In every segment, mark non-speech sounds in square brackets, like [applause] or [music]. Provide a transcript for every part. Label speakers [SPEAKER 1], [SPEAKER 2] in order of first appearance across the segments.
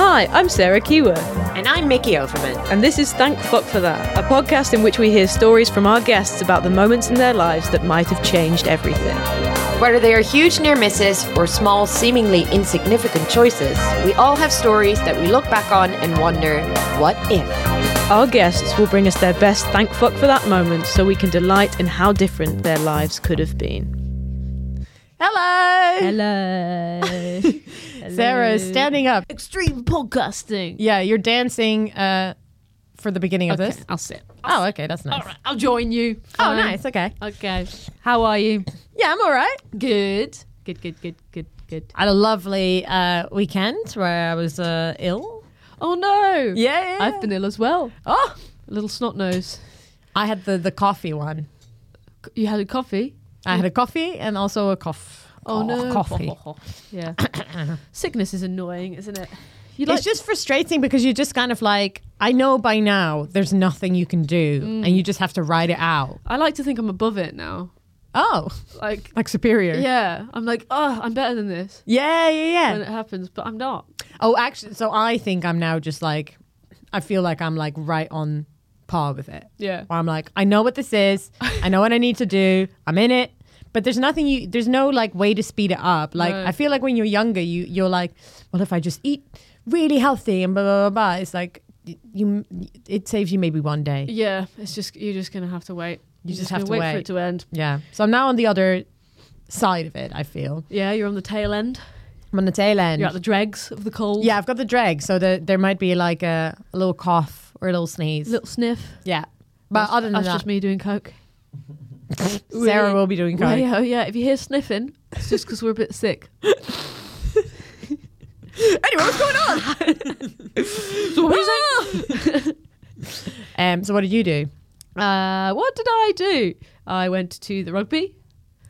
[SPEAKER 1] Hi, I'm Sarah Kewer,
[SPEAKER 2] And I'm Mickey Overman.
[SPEAKER 1] and this is Thank Fuck for That, a podcast in which we hear stories from our guests about the moments in their lives that might have changed everything.
[SPEAKER 2] Whether they are huge near misses or small, seemingly insignificant choices, we all have stories that we look back on and wonder, what if?
[SPEAKER 1] Our guests will bring us their best Thank Fuck for That moment so we can delight in how different their lives could have been.
[SPEAKER 3] Hello. [laughs]
[SPEAKER 1] Hello.
[SPEAKER 3] Sarah is standing up.
[SPEAKER 4] extreme podcasting.
[SPEAKER 3] Yeah, you're dancing uh, for the beginning of this.
[SPEAKER 4] I'll sit.
[SPEAKER 3] Oh, okay, that's nice.
[SPEAKER 4] All right, I'll join you.
[SPEAKER 3] Oh,
[SPEAKER 4] Fine.
[SPEAKER 3] nice. Okay.
[SPEAKER 4] Okay. How are you?
[SPEAKER 3] Yeah, I'm all right.
[SPEAKER 4] Good. Good, good, good, good, good.
[SPEAKER 3] I had a lovely uh, weekend where I was uh, ill.
[SPEAKER 4] Oh, no.
[SPEAKER 3] Yeah, yeah,
[SPEAKER 4] I've been ill as well.
[SPEAKER 3] Oh,
[SPEAKER 4] A little snot nose.
[SPEAKER 3] I had the the coffee one.
[SPEAKER 4] C- You had a coffee?
[SPEAKER 3] I had a coffee and also a cough.
[SPEAKER 4] Oh, no.
[SPEAKER 3] coffee.
[SPEAKER 4] [laughs]
[SPEAKER 3] [coughs]
[SPEAKER 4] Yeah. Sickness is annoying, isn't it? You
[SPEAKER 3] It's just frustrating because you're just kind of like I know by now there's nothing you can do and you just have to ride it out.
[SPEAKER 4] I like to think I'm above it now.
[SPEAKER 3] Oh, [laughs]
[SPEAKER 4] Like,
[SPEAKER 3] like superior.
[SPEAKER 4] yeah. I'm like, oh, I'm better than this
[SPEAKER 3] yeah, yeah. yeah.
[SPEAKER 4] when it happens, but I'm not.
[SPEAKER 3] Oh, actually, so I think I'm now just like, I feel like I'm like right on par with it.
[SPEAKER 4] Yeah.
[SPEAKER 3] Where I'm like, I know what this is. I know what I need to do. I'm in it. But there's nothing you. There's no like way to speed it up. Like
[SPEAKER 4] No.
[SPEAKER 3] I feel like when you're younger, you you're like, well, if I just eat really healthy and blah blah blah, blah it's like y- you. It saves you maybe one day.
[SPEAKER 4] Yeah. It's just, you're just going to have to wait. You
[SPEAKER 3] just have to
[SPEAKER 4] wait for
[SPEAKER 3] wait.
[SPEAKER 4] it to end.
[SPEAKER 3] Yeah. So I'm now on the other side of it. I feel
[SPEAKER 4] Yeah. You're on the tail end.
[SPEAKER 3] I'm on the tail end.
[SPEAKER 4] You're at the dregs of the cold.
[SPEAKER 3] yeah, I've got the drag, so there there might be like a, a little cough or a little sneeze.
[SPEAKER 4] Little sniff.
[SPEAKER 3] Yeah. But other than
[SPEAKER 4] That's
[SPEAKER 3] that,
[SPEAKER 4] just me doing coke.
[SPEAKER 3] [laughs] Sarah will be doing
[SPEAKER 4] Oh
[SPEAKER 3] coke.
[SPEAKER 4] yeah, oh yeah. If you hear sniffing, it's just because we're a bit
[SPEAKER 3] [laughs]
[SPEAKER 4] sick.
[SPEAKER 3] Anyway, what's going on?
[SPEAKER 4] [laughs] So what do you say?
[SPEAKER 3] Um, so what did you do? Ah!
[SPEAKER 4] Uh, what did I do? I went to the rugby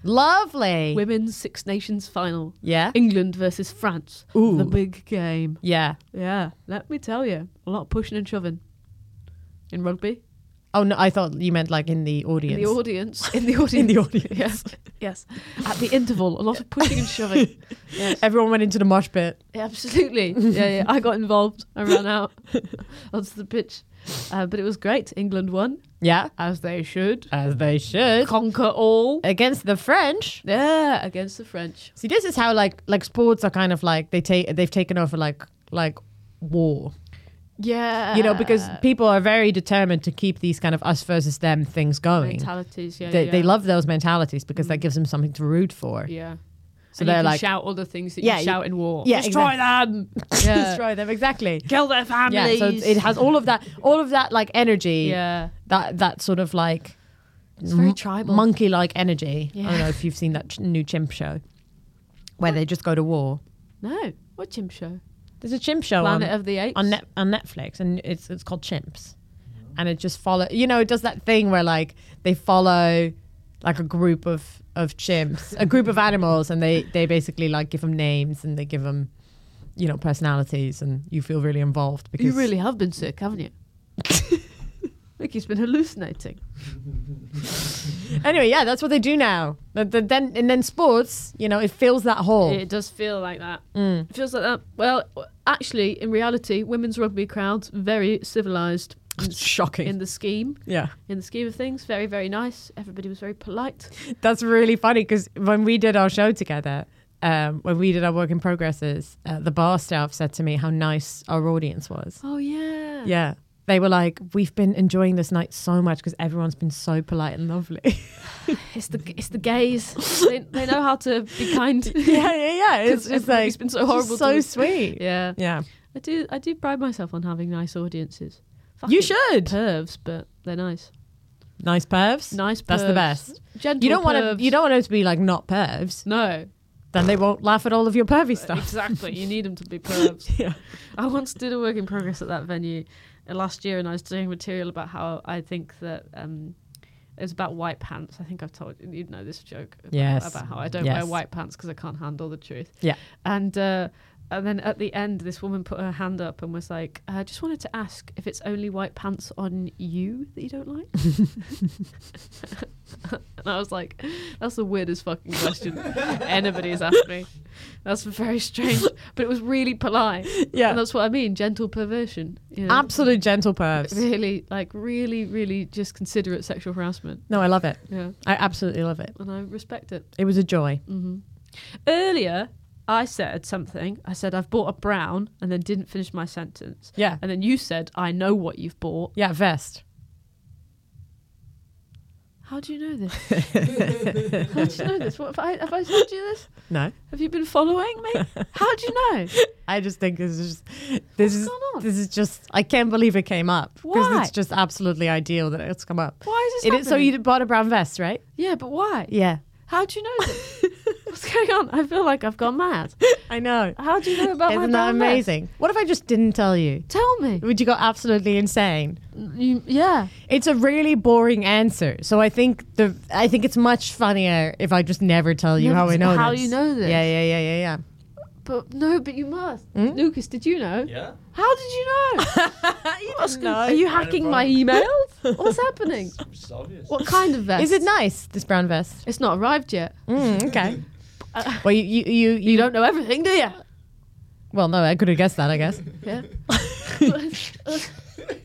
[SPEAKER 3] Lovely.
[SPEAKER 4] women's Six Nations final.
[SPEAKER 3] yeah.
[SPEAKER 4] England versus France.
[SPEAKER 3] Ooh.
[SPEAKER 4] The big game.
[SPEAKER 3] Yeah.
[SPEAKER 4] Yeah, let me tell you, a lot of pushing and shoving in rugby.
[SPEAKER 3] Oh no, I thought you meant like in the audience.
[SPEAKER 4] In the audience. In the audience.
[SPEAKER 3] In the audience.
[SPEAKER 4] Yes. Yes. At the interval, a lot of pushing and
[SPEAKER 3] [laughs]
[SPEAKER 4] shoving. Yes.
[SPEAKER 3] Everyone went into the mosh pit.
[SPEAKER 4] Yeah, absolutely. Yeah, yeah. I got involved. I ran out [laughs] onto the pitch. Uh, but it was great. England won,
[SPEAKER 3] Yeah.
[SPEAKER 4] as they should.
[SPEAKER 3] As they should.
[SPEAKER 4] Conquer all.
[SPEAKER 3] Against the French.
[SPEAKER 4] Yeah, against the French.
[SPEAKER 3] See, this is how like like sports are kind of like they take they've taken over like like war.
[SPEAKER 4] Yeah.
[SPEAKER 3] you know,
[SPEAKER 4] Uh.
[SPEAKER 3] because people are very determined to keep these kind of us versus them things going.
[SPEAKER 4] mentalities. Yeah,
[SPEAKER 3] they,
[SPEAKER 4] yeah. Mm.
[SPEAKER 3] they love those mentalities because that gives them something to root for.
[SPEAKER 4] Yeah.
[SPEAKER 3] So
[SPEAKER 4] So they
[SPEAKER 3] they're
[SPEAKER 4] can
[SPEAKER 3] like,
[SPEAKER 4] shout all the things that
[SPEAKER 3] Yeah,
[SPEAKER 4] you
[SPEAKER 3] you-
[SPEAKER 4] shout in war.
[SPEAKER 3] yeah,
[SPEAKER 4] Destroy them. [laughs] Yeah.
[SPEAKER 3] destroy them exactly.
[SPEAKER 4] Uh, Kill their
[SPEAKER 3] Yeah,
[SPEAKER 4] families.
[SPEAKER 3] so it's- it has all of that, all of that like energy,
[SPEAKER 4] Yeah.
[SPEAKER 3] that that sort of like
[SPEAKER 4] It's very tribal.
[SPEAKER 3] monkey like energy. I
[SPEAKER 4] Yeah.
[SPEAKER 3] don't know if you've seen that ch- new chimp show where they just go to war.
[SPEAKER 4] No. What chimp show?
[SPEAKER 3] There's a chimp show
[SPEAKER 4] Planet
[SPEAKER 3] on,
[SPEAKER 4] of the Apes.
[SPEAKER 3] on, Net, on Netflix, and it's it's called Chimps, and it just follow. You know, it does that thing where like they follow like a group of of chimps, a group of animals, and they they basically like give them names and they give them you know personalities, and you feel really involved because
[SPEAKER 4] You really have been sick, haven't you? [laughs] Mickey's been hallucinating.
[SPEAKER 3] anyway, yeah, that's what they do now. But the- then and then sports, you know, it fills that hole.
[SPEAKER 4] It does feel like that.
[SPEAKER 3] Mm.
[SPEAKER 4] It feels like that. Well, actually, in reality, women's rugby crowd's very civilised
[SPEAKER 3] Shocking.
[SPEAKER 4] in the scheme.
[SPEAKER 3] yeah.
[SPEAKER 4] In the scheme of things, very, very nice. Everybody was very polite.
[SPEAKER 3] That's really funny because when we did our show together, um, when we did our work in progresses, uh, the bar staff said to me how nice our audience was.
[SPEAKER 4] Oh, yeah.
[SPEAKER 3] Yeah. They were like, we've been enjoying this night so much because everyone's been so polite and lovely.
[SPEAKER 4] [laughs]
[SPEAKER 3] [laughs]
[SPEAKER 4] It's the it's the gays. they, they know how to
[SPEAKER 3] [laughs]
[SPEAKER 4] be kind.
[SPEAKER 3] yeah, yeah, yeah. It's,
[SPEAKER 4] [laughs]
[SPEAKER 3] it's
[SPEAKER 4] 'Cause everybody's
[SPEAKER 3] like
[SPEAKER 4] been so
[SPEAKER 3] just
[SPEAKER 4] horrible
[SPEAKER 3] so
[SPEAKER 4] to us.
[SPEAKER 3] sweet.
[SPEAKER 4] Yeah.
[SPEAKER 3] Yeah.
[SPEAKER 4] I do I do pride myself on having nice audiences.
[SPEAKER 3] You
[SPEAKER 4] Fucking
[SPEAKER 3] should.
[SPEAKER 4] Pervs, but they're nice.
[SPEAKER 3] Nice pervs.
[SPEAKER 4] Nice pervs.
[SPEAKER 3] That's the best.
[SPEAKER 4] Gentle
[SPEAKER 3] You don't
[SPEAKER 4] pervs.
[SPEAKER 3] want to. You don't want them to be like not pervs.
[SPEAKER 4] No.
[SPEAKER 3] Then they won't laugh at all of your pervy stuff.
[SPEAKER 4] Uh, Exactly. You need them to
[SPEAKER 3] [laughs]
[SPEAKER 4] be pervs.
[SPEAKER 3] Yeah.
[SPEAKER 4] I once did a work in progress at that venue uh, last year, and I was doing material about how I think that um, it was about white pants. I think I've told you know this joke. about-
[SPEAKER 3] Yes.
[SPEAKER 4] About how I don't
[SPEAKER 3] Yes.
[SPEAKER 4] wear white pants because I can't handle the truth.
[SPEAKER 3] Yeah.
[SPEAKER 4] And uh, and then at the end, this woman put her hand up and was like, "Uh, "I just wanted to ask if it's only white pants on you that you don't like." [laughs] and I was like, "That's the weirdest fucking question anybody's asked me. That's very strange, but it was really polite."
[SPEAKER 3] Yeah.
[SPEAKER 4] And that's what I mean, gentle perversion. You know?
[SPEAKER 3] Absolute gentle
[SPEAKER 4] [laughs]
[SPEAKER 3] pervs.
[SPEAKER 4] Really, like really, really just considerate sexual harassment.
[SPEAKER 3] No, I love it.
[SPEAKER 4] Yeah.
[SPEAKER 3] I absolutely love it.
[SPEAKER 4] And I respect it.
[SPEAKER 3] It was a joy.
[SPEAKER 4] Mm. Earlier, I said something. I said, I've bought a brown and then didn't finish my sentence.
[SPEAKER 3] Yeah.
[SPEAKER 4] And then you said, I know what you've bought.
[SPEAKER 3] Yeah, vest.
[SPEAKER 4] How do you
[SPEAKER 3] [laughs]
[SPEAKER 4] know this? How do you know this? What, have, I, have I told you this?
[SPEAKER 3] No.
[SPEAKER 4] Have you been following me? How do
[SPEAKER 3] [laughs]
[SPEAKER 4] you know?
[SPEAKER 3] I just think this is just this is
[SPEAKER 4] going on?
[SPEAKER 3] this is just I can't believe it came up
[SPEAKER 4] Why?
[SPEAKER 3] it's just absolutely ideal that it's come up.
[SPEAKER 4] Why is this
[SPEAKER 3] It is so
[SPEAKER 4] happening?
[SPEAKER 3] you bought a brown vest, right?
[SPEAKER 4] Yeah, but why?
[SPEAKER 3] Yeah,
[SPEAKER 4] How do you know this? What's going on? I feel like I've
[SPEAKER 3] [laughs]
[SPEAKER 4] gone mad.
[SPEAKER 3] I know.
[SPEAKER 4] How do you know about my
[SPEAKER 3] Isn't that
[SPEAKER 4] brown vest?
[SPEAKER 3] amazing? What if I just didn't tell you?
[SPEAKER 4] Tell me.
[SPEAKER 3] Would you go absolutely insane?
[SPEAKER 4] You, yeah.
[SPEAKER 3] It's a really boring answer, so I think the I think it's much funnier if I just never tell you
[SPEAKER 4] Never
[SPEAKER 3] how I
[SPEAKER 4] t-
[SPEAKER 3] know
[SPEAKER 4] how
[SPEAKER 3] this.
[SPEAKER 4] you know this.
[SPEAKER 3] Yeah, yeah, yeah, yeah, yeah.
[SPEAKER 4] But no, but you must.
[SPEAKER 3] Hmm?
[SPEAKER 4] Lucas, did you know? Yeah. How did
[SPEAKER 3] [laughs]
[SPEAKER 4] you know? you didn't know. Are you hacking my emails?
[SPEAKER 3] [laughs]
[SPEAKER 4] What's happening? What kind of vest?
[SPEAKER 3] Is it nice this brown vest?
[SPEAKER 4] It's not arrived yet.
[SPEAKER 3] Mm, okay. [laughs] well, you you you,
[SPEAKER 4] You don't know everything, do you?
[SPEAKER 3] Well, no, I could have guessed that. I guess. [laughs]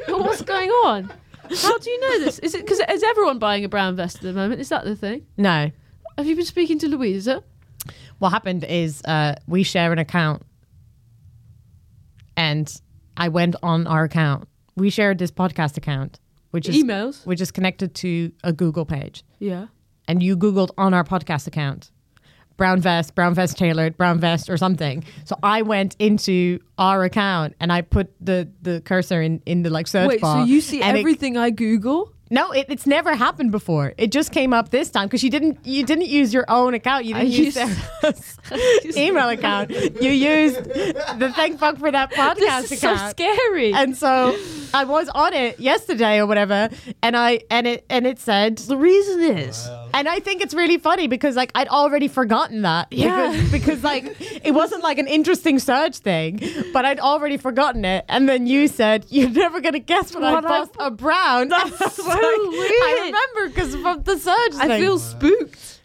[SPEAKER 4] Yeah. What's going on? How do you know this? Is it because is everyone buying a brown vest at the moment? Is that the thing?
[SPEAKER 3] No.
[SPEAKER 4] Have you been speaking to Louisa?
[SPEAKER 3] what happened is uh, we share an account and i went on our account we shared this podcast account which is
[SPEAKER 4] Emails?
[SPEAKER 3] which is connected to a google page
[SPEAKER 4] Yeah.
[SPEAKER 3] and you googled on our podcast account brown vest brown vest tailored brown vest or something so i went into our account and i put the the cursor in in the like search
[SPEAKER 4] Wait, so
[SPEAKER 3] bar
[SPEAKER 4] you see
[SPEAKER 3] and it-
[SPEAKER 4] everything I Google?
[SPEAKER 3] no it, it's never happened before it just came up this time because you didn't you didn't use your own account you
[SPEAKER 4] I
[SPEAKER 3] didn't use
[SPEAKER 4] used- [laughs]
[SPEAKER 3] Sarah's [laughs] [laughs] email account. You used the thank fuck for that podcast
[SPEAKER 4] [laughs] This is so
[SPEAKER 3] account.
[SPEAKER 4] scary.
[SPEAKER 3] And so I was on it yesterday or whatever, and I and it and it said the reason is. And I think it's really funny because like I'd already forgotten that.
[SPEAKER 4] Yeah.
[SPEAKER 3] Because, because like it wasn't like an interesting search thing, but I'd already forgotten it. And then you said you're never gonna guess what,
[SPEAKER 4] What
[SPEAKER 3] I
[SPEAKER 4] I-
[SPEAKER 3] bust a brown. [laughs] That's
[SPEAKER 4] so weird.
[SPEAKER 3] I remember because from the search.
[SPEAKER 4] I
[SPEAKER 3] thing.
[SPEAKER 4] feel spooked.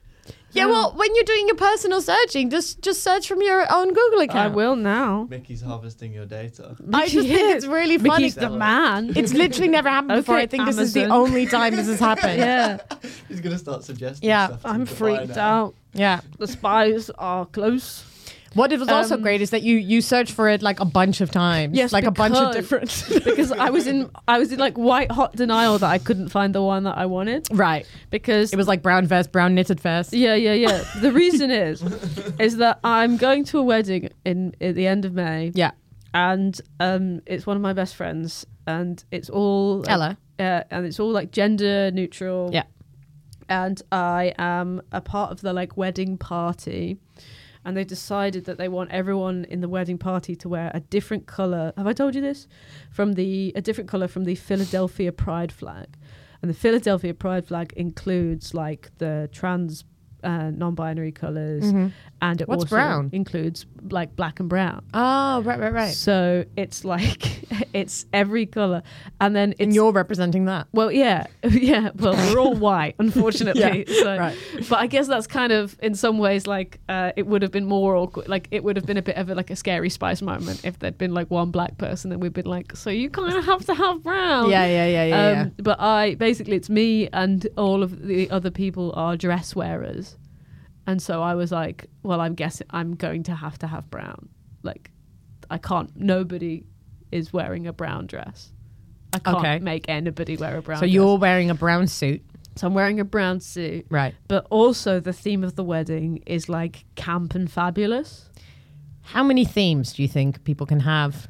[SPEAKER 3] Yeah, well, when you're doing your personal searching, just just search from your own Google account.
[SPEAKER 4] I will now.
[SPEAKER 5] Mickey's harvesting your data.
[SPEAKER 3] I just think it's really funny.
[SPEAKER 4] Mickey's the man.
[SPEAKER 3] It's literally never happened before.
[SPEAKER 4] Okay,
[SPEAKER 3] I think this is the
[SPEAKER 4] Amazon.
[SPEAKER 3] only time this has happened. yeah.
[SPEAKER 4] [laughs] yeah.
[SPEAKER 5] He's gonna start suggesting.
[SPEAKER 3] Yeah,
[SPEAKER 5] stuff to
[SPEAKER 4] I'm
[SPEAKER 5] Dubai
[SPEAKER 4] freaked
[SPEAKER 5] now.
[SPEAKER 4] out. The spies are close.
[SPEAKER 3] What was also
[SPEAKER 4] Um,
[SPEAKER 3] great is that you you search for it like a bunch of times.
[SPEAKER 4] Yes,
[SPEAKER 3] like a bunch of
[SPEAKER 4] because-
[SPEAKER 3] different.
[SPEAKER 4] [laughs] because I was in I was in like white hot denial that I couldn't find the one that I wanted
[SPEAKER 3] right.
[SPEAKER 4] because
[SPEAKER 3] It was like brown vest, brown knitted vest.
[SPEAKER 4] yeah yeah yeah. the reason is is that I'm going to a wedding in at the end of May
[SPEAKER 3] Yeah.
[SPEAKER 4] and um it's one of my best friends and it's all like,
[SPEAKER 3] Ella.
[SPEAKER 4] yeah, and it's all like gender neutral
[SPEAKER 3] Yeah.
[SPEAKER 4] and I am a part of the like wedding party. And they decided that they want everyone in the wedding party to wear a different color. Have I told you this? From the a different color from the Philadelphia Pride flag, and the Philadelphia Pride flag includes like the trans, uh, non-binary colors, and it
[SPEAKER 3] Mm-hmm. What's
[SPEAKER 4] also
[SPEAKER 3] brown?
[SPEAKER 4] includes like black and brown.
[SPEAKER 3] Oh, right, right, right.
[SPEAKER 4] So it's like [laughs] it's every color, and then it's
[SPEAKER 3] and you're representing that.
[SPEAKER 4] well, yeah, [laughs] yeah. Well,
[SPEAKER 3] [laughs]
[SPEAKER 4] we're all white, unfortunately.
[SPEAKER 3] Yeah,
[SPEAKER 4] so,
[SPEAKER 3] right.
[SPEAKER 4] But I guess that's kind of, in some ways, like uh, it would have been more awkward. Like it would have been a bit of a, like a scary spice moment if there'd been like one black person, and we'd been like, so you kind of have to have brown.
[SPEAKER 3] Yeah, yeah, yeah, yeah, yeah.
[SPEAKER 4] Um, But I basically, it's me and all of the other people are dress wearers, and so I was like, well, I'm guessing I'm going to have to have brown. Like, I can't. Nobody is wearing a brown dress. I can't
[SPEAKER 3] Okay.
[SPEAKER 4] make anybody wear a brown
[SPEAKER 3] So
[SPEAKER 4] dress.
[SPEAKER 3] you're wearing a brown suit.
[SPEAKER 4] So I'm wearing a brown suit.
[SPEAKER 3] Right.
[SPEAKER 4] But also the theme of the wedding is like camp and fabulous.
[SPEAKER 3] How many themes do you think people can have?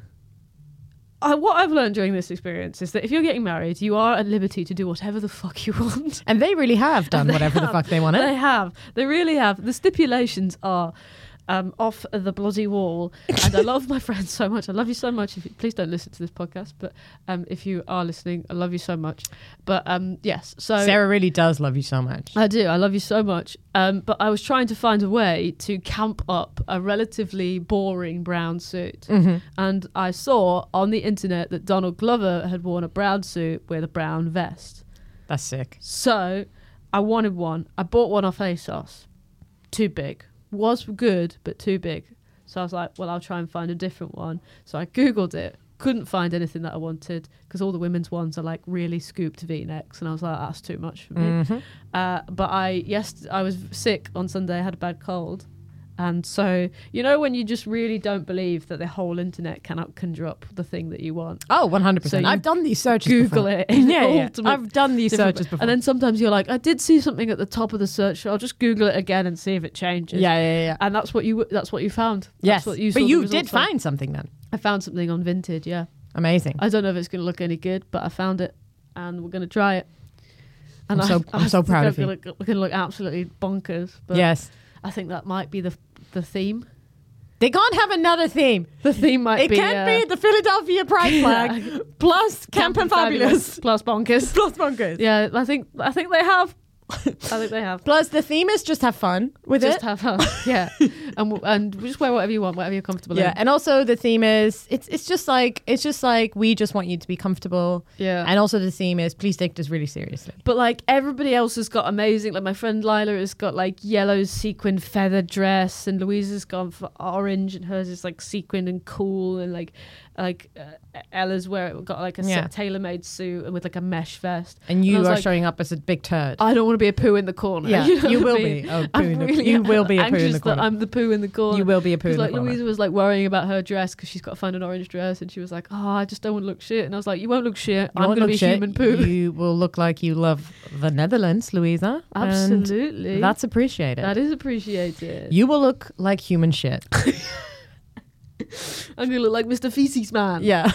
[SPEAKER 4] I, what I've learned during this experience is that if you're getting married, you are at liberty to do whatever the fuck you [laughs] want.
[SPEAKER 3] And they really have done whatever the fuck they
[SPEAKER 4] They
[SPEAKER 3] wanted.
[SPEAKER 4] have. They really have. The stipulations are um, off the bloody wall. And I love my [laughs] friends so much. I love you so much. If you, please don't listen to this podcast, but um, if you are listening, I love you so much. But um, yes, so
[SPEAKER 3] Sarah really does love you so much.
[SPEAKER 4] I do. I love you so much. Um, but I was trying to find a way to camp up a relatively boring brown suit. And I saw on the internet that Donald Glover had worn a brown suit with a brown vest.
[SPEAKER 3] That's sick.
[SPEAKER 4] So I wanted one. I bought one off ASOS. Too big. Was good, but too big. So I was like, well, I'll try and find a different one. So I Googled it. Couldn't find anything that I wanted because all the women's ones are like really scooped v necks. And I was like, that's too much for me. Uh, but I, yes, I was sick on Sunday. I had a bad cold. And so, you know, when you just really don't believe that the whole internet cannot conjure up the thing that you want.
[SPEAKER 3] Oh, 100%.
[SPEAKER 4] So you
[SPEAKER 3] I've done these searches
[SPEAKER 4] Google
[SPEAKER 3] before. [laughs]
[SPEAKER 4] it.
[SPEAKER 3] Yeah, yeah.
[SPEAKER 4] Ultimate
[SPEAKER 3] I've done these
[SPEAKER 4] different-
[SPEAKER 3] searches before.
[SPEAKER 4] And then sometimes you're like, I did see something at the top of the search. I'll just Google it again and see if it changes.
[SPEAKER 3] yeah, yeah, yeah.
[SPEAKER 4] And that's what you that's what you found.
[SPEAKER 3] Yes.
[SPEAKER 4] That's what you saw
[SPEAKER 3] but
[SPEAKER 4] the
[SPEAKER 3] you did
[SPEAKER 4] results on.
[SPEAKER 3] find something then.
[SPEAKER 4] I found something on Vinted. Yeah.
[SPEAKER 3] Amazing.
[SPEAKER 4] I don't know if it's going to look any good, but I found it, and we're going to try it. And
[SPEAKER 3] I'm
[SPEAKER 4] [laughs]
[SPEAKER 3] so- I'm so
[SPEAKER 4] think
[SPEAKER 3] proud
[SPEAKER 4] I'm
[SPEAKER 3] of you.
[SPEAKER 4] gonna Look, we're going to look absolutely bonkers. But
[SPEAKER 3] yes.
[SPEAKER 4] I think that might be the the theme.
[SPEAKER 3] They can't have another theme.
[SPEAKER 4] The theme might
[SPEAKER 3] It
[SPEAKER 4] be.
[SPEAKER 3] can't
[SPEAKER 4] uh,
[SPEAKER 3] be the Philadelphia
[SPEAKER 4] [laughs]
[SPEAKER 3] Pride flag plus Camp and Fabulous [laughs]
[SPEAKER 4] plus bonkers.
[SPEAKER 3] plus Bunkers.
[SPEAKER 4] Yeah, I think I think they [laughs] have. I think they have.
[SPEAKER 3] Plus the theme is just have fun with
[SPEAKER 4] just
[SPEAKER 3] it.
[SPEAKER 4] have [laughs] fun. Yeah, and w- and just wear whatever you want, whatever you're comfortable
[SPEAKER 3] yeah,
[SPEAKER 4] in.
[SPEAKER 3] and also the theme is it's it's just like it's just like we just want you to be comfortable.
[SPEAKER 4] Yeah.
[SPEAKER 3] And also the theme is please take this really seriously.
[SPEAKER 4] but like everybody else has got amazing. Like my friend Lila has got like yellow sequin feather dress, and Louisa's gone for orange, and hers is like sequined and cool, and like like uh, Ella's wear got like a
[SPEAKER 3] Yeah.
[SPEAKER 4] tailor made suit and with like a mesh vest.
[SPEAKER 3] And you
[SPEAKER 4] I was
[SPEAKER 3] are
[SPEAKER 4] like,
[SPEAKER 3] showing up as a big turd.
[SPEAKER 4] I don't want to be a poo in the corner. [laughs]
[SPEAKER 3] Yeah,
[SPEAKER 4] know
[SPEAKER 3] you
[SPEAKER 4] what I
[SPEAKER 3] will
[SPEAKER 4] mean?
[SPEAKER 3] be a poo
[SPEAKER 4] I'm
[SPEAKER 3] in the-
[SPEAKER 4] really
[SPEAKER 3] you will be a poo in the
[SPEAKER 4] anxious that
[SPEAKER 3] corner.
[SPEAKER 4] I'm the poo in the corner.
[SPEAKER 3] You will be a poo
[SPEAKER 4] 'Cause,
[SPEAKER 3] in the
[SPEAKER 4] like,
[SPEAKER 3] corner.
[SPEAKER 4] Louisa was like worrying about her dress because she's got to find an orange dress, and she was like, "Oh, I just don't want to look shit." And I was like, "You won't look shit.
[SPEAKER 3] You
[SPEAKER 4] I'm
[SPEAKER 3] won't
[SPEAKER 4] going
[SPEAKER 3] look
[SPEAKER 4] to be
[SPEAKER 3] shit.
[SPEAKER 4] human poo."
[SPEAKER 3] You will look like you love the Netherlands, Louisa. and
[SPEAKER 4] [laughs] Absolutely.
[SPEAKER 3] That's appreciated.
[SPEAKER 4] that is appreciated.
[SPEAKER 3] you will look like human
[SPEAKER 4] [laughs]
[SPEAKER 3] shit.
[SPEAKER 4] I'm gonna look like Mr. Feces Man.
[SPEAKER 3] yeah.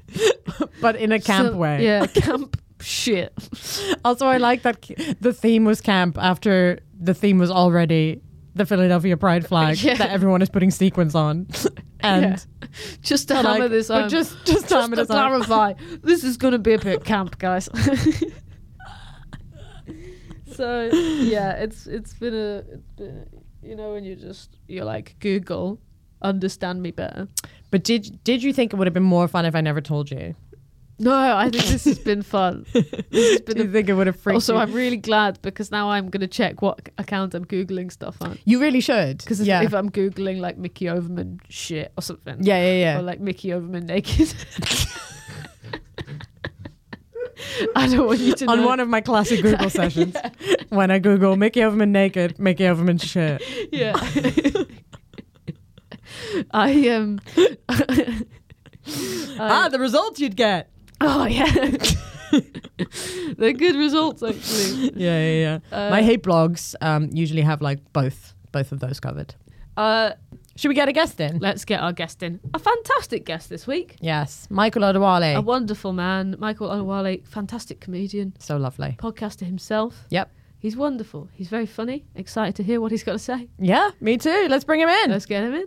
[SPEAKER 3] [laughs] but in a camp
[SPEAKER 4] So-
[SPEAKER 3] way.
[SPEAKER 4] Yeah, camp shit.
[SPEAKER 3] Also, I like that c- the theme was camp after the theme was already the Philadelphia Pride flag
[SPEAKER 4] [laughs] Yeah.
[SPEAKER 3] that everyone is putting sequins
[SPEAKER 4] [laughs]
[SPEAKER 3] on. [laughs] and
[SPEAKER 4] Just to
[SPEAKER 3] But, like,
[SPEAKER 4] hammer this
[SPEAKER 3] but
[SPEAKER 4] home.
[SPEAKER 3] just- just to hammer
[SPEAKER 4] to
[SPEAKER 3] this home. [laughs]
[SPEAKER 4] clarify, this is gonna be a bit camp, guys. [laughs] so yeah, it's it's been a it's been a- you know when you just you're like Google, understand me better.
[SPEAKER 3] But did did you think it would have been more fun if I never told you?
[SPEAKER 4] No, I think this has been fun. This has
[SPEAKER 3] [laughs] Do you
[SPEAKER 4] been
[SPEAKER 3] think it would have
[SPEAKER 4] a,
[SPEAKER 3] freaked
[SPEAKER 4] also,
[SPEAKER 3] you?
[SPEAKER 4] I'm really glad because now I'm gonna check what account I'm googling stuff on.
[SPEAKER 3] you really should.
[SPEAKER 4] Because if,
[SPEAKER 3] yeah.
[SPEAKER 4] if I'm googling like Mickey Overman shit or something,
[SPEAKER 3] yeah, yeah, yeah.
[SPEAKER 4] or like Mickey Overman naked, [laughs] I don't want you to
[SPEAKER 3] on
[SPEAKER 4] know.
[SPEAKER 3] one of my classic
[SPEAKER 4] [laughs]
[SPEAKER 3] Google sessions, when I Google Mickey Overman naked, Mickey Overman shit,
[SPEAKER 4] yeah. [laughs] I um. [laughs] Uh,
[SPEAKER 3] ah, the results you'd get.
[SPEAKER 4] Oh yeah. [laughs] They're good results actually.
[SPEAKER 3] Yeah, yeah, yeah.
[SPEAKER 4] Uh,
[SPEAKER 3] My hate blogs um, usually have like both, both of those covered.
[SPEAKER 4] Uh,
[SPEAKER 3] Should we get a guest in?
[SPEAKER 4] let's get our guest in. A fantastic guest this week.
[SPEAKER 3] yes, Michael
[SPEAKER 4] A
[SPEAKER 3] Odewale.
[SPEAKER 4] wonderful man, Michael Onwale, fantastic comedian,
[SPEAKER 3] so lovely.
[SPEAKER 4] podcaster himself.
[SPEAKER 3] Yep.
[SPEAKER 4] He's wonderful. He's very funny. Excited to hear what he's got to say.
[SPEAKER 3] Yeah, me too. Let's bring him in.
[SPEAKER 4] Let's get him in.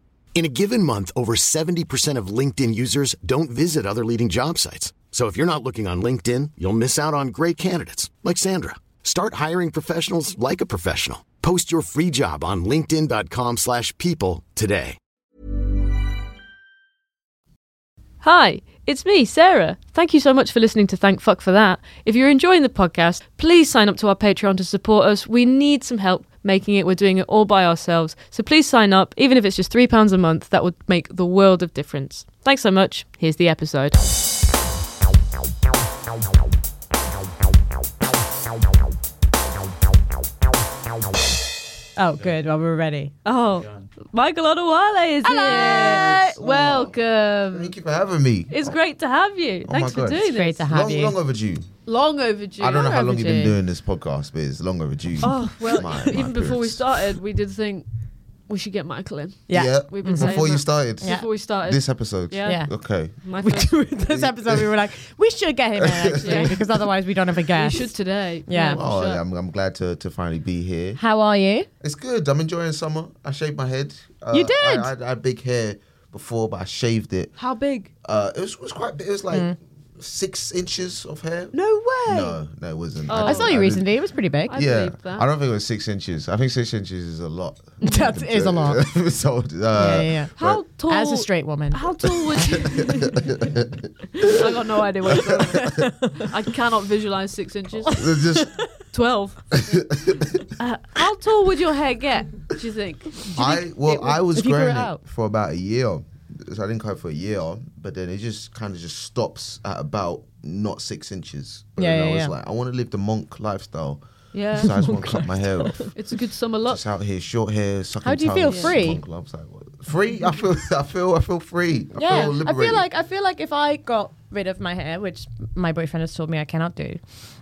[SPEAKER 5] In a given month, over 70% of LinkedIn users don't visit other leading job sites. So if you're not looking on LinkedIn, you'll miss out on great candidates like Sandra. Start hiring professionals like a professional. Post your free job on linkedin.com/people slash people today.
[SPEAKER 4] Hi, it's me, Sarah. Thank you so much for listening to Thank Fuck for That. If you're enjoying the podcast, please sign up to our Patreon to support us. We need some help making it. We're doing it all by ourselves. So please sign up, even if it's just £3 a month. That would make the world of difference. Thanks so much. Here's the episode.
[SPEAKER 3] Oh, good. Well, we're ready.
[SPEAKER 4] Oh, Michael Onowale is here. Welcome.
[SPEAKER 6] Thank you for having me.
[SPEAKER 4] It's great to have you.
[SPEAKER 6] Oh
[SPEAKER 4] Thanks
[SPEAKER 6] my God.
[SPEAKER 4] for doing
[SPEAKER 6] It's
[SPEAKER 4] this.
[SPEAKER 3] Great to have
[SPEAKER 6] long,
[SPEAKER 3] you.
[SPEAKER 6] long overdue.
[SPEAKER 4] Long overdue.
[SPEAKER 6] I don't know how long you've been
[SPEAKER 4] overdue.
[SPEAKER 6] doing this podcast, but it's long overdue.
[SPEAKER 4] Oh well,
[SPEAKER 6] My- my
[SPEAKER 4] even before we
[SPEAKER 6] appearance.
[SPEAKER 4] started, we did think we should get Michael in
[SPEAKER 3] Yeah.
[SPEAKER 4] We've been saying
[SPEAKER 6] Mm-hmm. before you
[SPEAKER 4] that.
[SPEAKER 6] started.
[SPEAKER 4] before we started.
[SPEAKER 6] This episode.
[SPEAKER 4] Yeah.
[SPEAKER 3] Yeah.
[SPEAKER 6] Okay.
[SPEAKER 4] My
[SPEAKER 3] We
[SPEAKER 4] first-
[SPEAKER 3] do- this episode, we were like, we should get
[SPEAKER 6] [laughs]
[SPEAKER 3] him in actually,
[SPEAKER 4] Yeah.
[SPEAKER 3] because otherwise we don't have a
[SPEAKER 4] we
[SPEAKER 3] guest.
[SPEAKER 4] should today.
[SPEAKER 3] Yeah.
[SPEAKER 4] for
[SPEAKER 6] Oh,
[SPEAKER 4] sure.
[SPEAKER 6] yeah, I'm, I'm glad to, to finally be here.
[SPEAKER 3] How are you?
[SPEAKER 6] It's good. I'm enjoying summer. I shaved my head. Uh,
[SPEAKER 3] You did?
[SPEAKER 6] I, I, had- I had big hair before, but I shaved it.
[SPEAKER 4] How big?
[SPEAKER 6] Uh, it was, was quite. big. It was like six inches of hair.
[SPEAKER 3] No way.
[SPEAKER 6] No, no, it wasn't.
[SPEAKER 3] I saw you
[SPEAKER 6] didn't-
[SPEAKER 3] recently. It was pretty big.
[SPEAKER 4] Oh. I
[SPEAKER 6] yeah,
[SPEAKER 4] believe that.
[SPEAKER 6] I don't think it was six inches. I think six inches is a lot.
[SPEAKER 3] [laughs] That is
[SPEAKER 6] [laughs]
[SPEAKER 3] a lot.
[SPEAKER 6] so, uh,
[SPEAKER 3] Yeah, yeah, yeah.
[SPEAKER 4] How tall?
[SPEAKER 3] As a straight woman.
[SPEAKER 4] How tall would
[SPEAKER 6] [laughs]
[SPEAKER 4] you? I got no idea what you're talking about. I cannot visualize six inches.
[SPEAKER 6] Just
[SPEAKER 4] Twelve. Uh, how tall would your hair get? Do you think?
[SPEAKER 6] I well,
[SPEAKER 4] it would-
[SPEAKER 6] I was
[SPEAKER 3] if you grew
[SPEAKER 6] growing
[SPEAKER 3] it
[SPEAKER 6] it,
[SPEAKER 3] out?
[SPEAKER 6] for about a year, so I didn't cut it for a year. But then it just kind of just stops at about not six inches. But
[SPEAKER 3] Yeah,
[SPEAKER 6] then
[SPEAKER 3] yeah,
[SPEAKER 6] I was
[SPEAKER 3] yeah.
[SPEAKER 6] like, I want to live the monk lifestyle.
[SPEAKER 4] Yeah.
[SPEAKER 6] So I just want to cut
[SPEAKER 4] [laughs]
[SPEAKER 6] my hair off.
[SPEAKER 4] It's a good summer look.
[SPEAKER 6] Just out here, short hair, sucking
[SPEAKER 3] How do you feel?
[SPEAKER 6] tongues,
[SPEAKER 3] Free?
[SPEAKER 6] monk gloves, like, what? Free? I feel. I feel. I feel free. I
[SPEAKER 3] Yeah,
[SPEAKER 6] feel
[SPEAKER 3] I
[SPEAKER 6] Oh, liberated.
[SPEAKER 3] feel like I feel like if I got rid of my hair, which my boyfriend has told me I cannot do.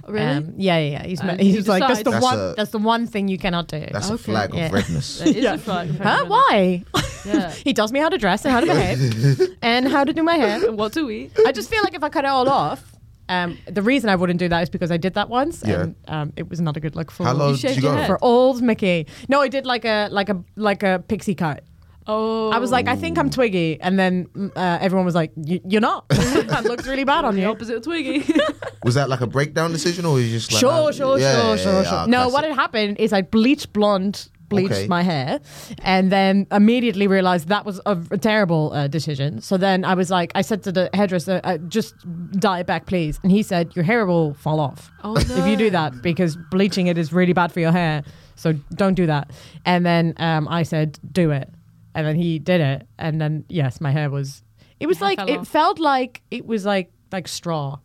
[SPEAKER 3] Um,
[SPEAKER 4] Really?
[SPEAKER 3] yeah, yeah, yeah. He's,
[SPEAKER 4] Uh,
[SPEAKER 3] ma-
[SPEAKER 4] you
[SPEAKER 3] he's like that's the
[SPEAKER 6] decide.
[SPEAKER 3] one.
[SPEAKER 6] That's a-
[SPEAKER 3] that's the one thing you cannot do.
[SPEAKER 6] that's a
[SPEAKER 4] Okay.
[SPEAKER 6] flag
[SPEAKER 3] Yeah.
[SPEAKER 6] of redness.
[SPEAKER 4] It is
[SPEAKER 3] Yeah.
[SPEAKER 4] a flag.
[SPEAKER 3] Huh? Why?
[SPEAKER 4] Yeah.
[SPEAKER 3] [laughs] he tells me how to dress and how to
[SPEAKER 6] [laughs]
[SPEAKER 3] behave and how to do my hair.
[SPEAKER 4] What do we?
[SPEAKER 3] I just feel like if I cut it all off, um, the reason I wouldn't do that is because I did that once and um, it was not a good look for
[SPEAKER 6] How long did
[SPEAKER 4] shaved
[SPEAKER 6] you
[SPEAKER 4] your
[SPEAKER 6] go?
[SPEAKER 4] head?
[SPEAKER 3] for old Mickey. No, I did like a like a like a pixie cut.
[SPEAKER 4] Oh,
[SPEAKER 3] I was like, I think I'm Twiggy, and then mm, uh, everyone was like, "You- "You're not. [laughs] that looks really
[SPEAKER 4] [laughs]
[SPEAKER 3] bad on
[SPEAKER 4] the
[SPEAKER 3] you."
[SPEAKER 4] opposite of Twiggy.
[SPEAKER 6] Was that like a breakdown decision, or was you just like
[SPEAKER 3] Sure,
[SPEAKER 6] ah,
[SPEAKER 3] sure,
[SPEAKER 6] yeah,
[SPEAKER 3] sure,
[SPEAKER 6] yeah,
[SPEAKER 3] sure,
[SPEAKER 6] yeah,
[SPEAKER 3] sure.
[SPEAKER 6] ah,
[SPEAKER 3] no, what
[SPEAKER 6] classic.
[SPEAKER 3] had happened is I bleached blonde, bleached
[SPEAKER 6] Okay.
[SPEAKER 3] my hair, and then immediately realized that was a, a terrible uh, decision. So then I was like, I said to the hairdresser, uh, "Just dye it back, please." And he said, "Your hair will fall off [laughs]
[SPEAKER 4] Oh,
[SPEAKER 3] if you
[SPEAKER 4] no.
[SPEAKER 3] do that because bleaching it is really bad for your hair. So don't do that." And then um, I said, "Do it," and then he did it, and then yes, my hair was. It was like
[SPEAKER 4] fell
[SPEAKER 3] it
[SPEAKER 4] off.
[SPEAKER 3] felt like it was like like straw.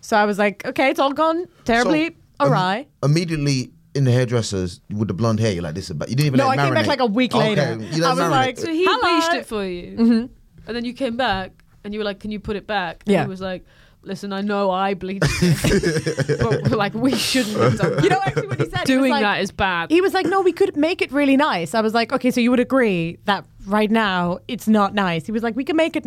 [SPEAKER 3] So I was like, okay, it's all gone terribly
[SPEAKER 6] So, um,
[SPEAKER 3] awry.
[SPEAKER 6] immediately in the hairdressers with the blonde hair, you're like, this is bad. You didn't even
[SPEAKER 3] No,
[SPEAKER 6] let it
[SPEAKER 3] I came back
[SPEAKER 6] marinate.
[SPEAKER 3] like a week later.
[SPEAKER 6] you let
[SPEAKER 3] I
[SPEAKER 6] it
[SPEAKER 3] was
[SPEAKER 6] marinate.
[SPEAKER 3] like-
[SPEAKER 4] so he
[SPEAKER 3] Hello.
[SPEAKER 4] bleached it
[SPEAKER 3] [laughs]
[SPEAKER 4] for you, and then you came back and you were like, "Can you put it back?" And
[SPEAKER 3] Yeah.
[SPEAKER 4] He was like, "Listen, I know I bleached
[SPEAKER 6] [laughs]
[SPEAKER 4] it, but like we [laughs] shouldn't have done that.
[SPEAKER 3] you know, actually, what he said, he was
[SPEAKER 4] Doing
[SPEAKER 3] like-
[SPEAKER 4] that is bad."
[SPEAKER 3] He was like, no, we could make it really nice. I was like, okay, so you would agree that right now it's not nice. He was like, we can make it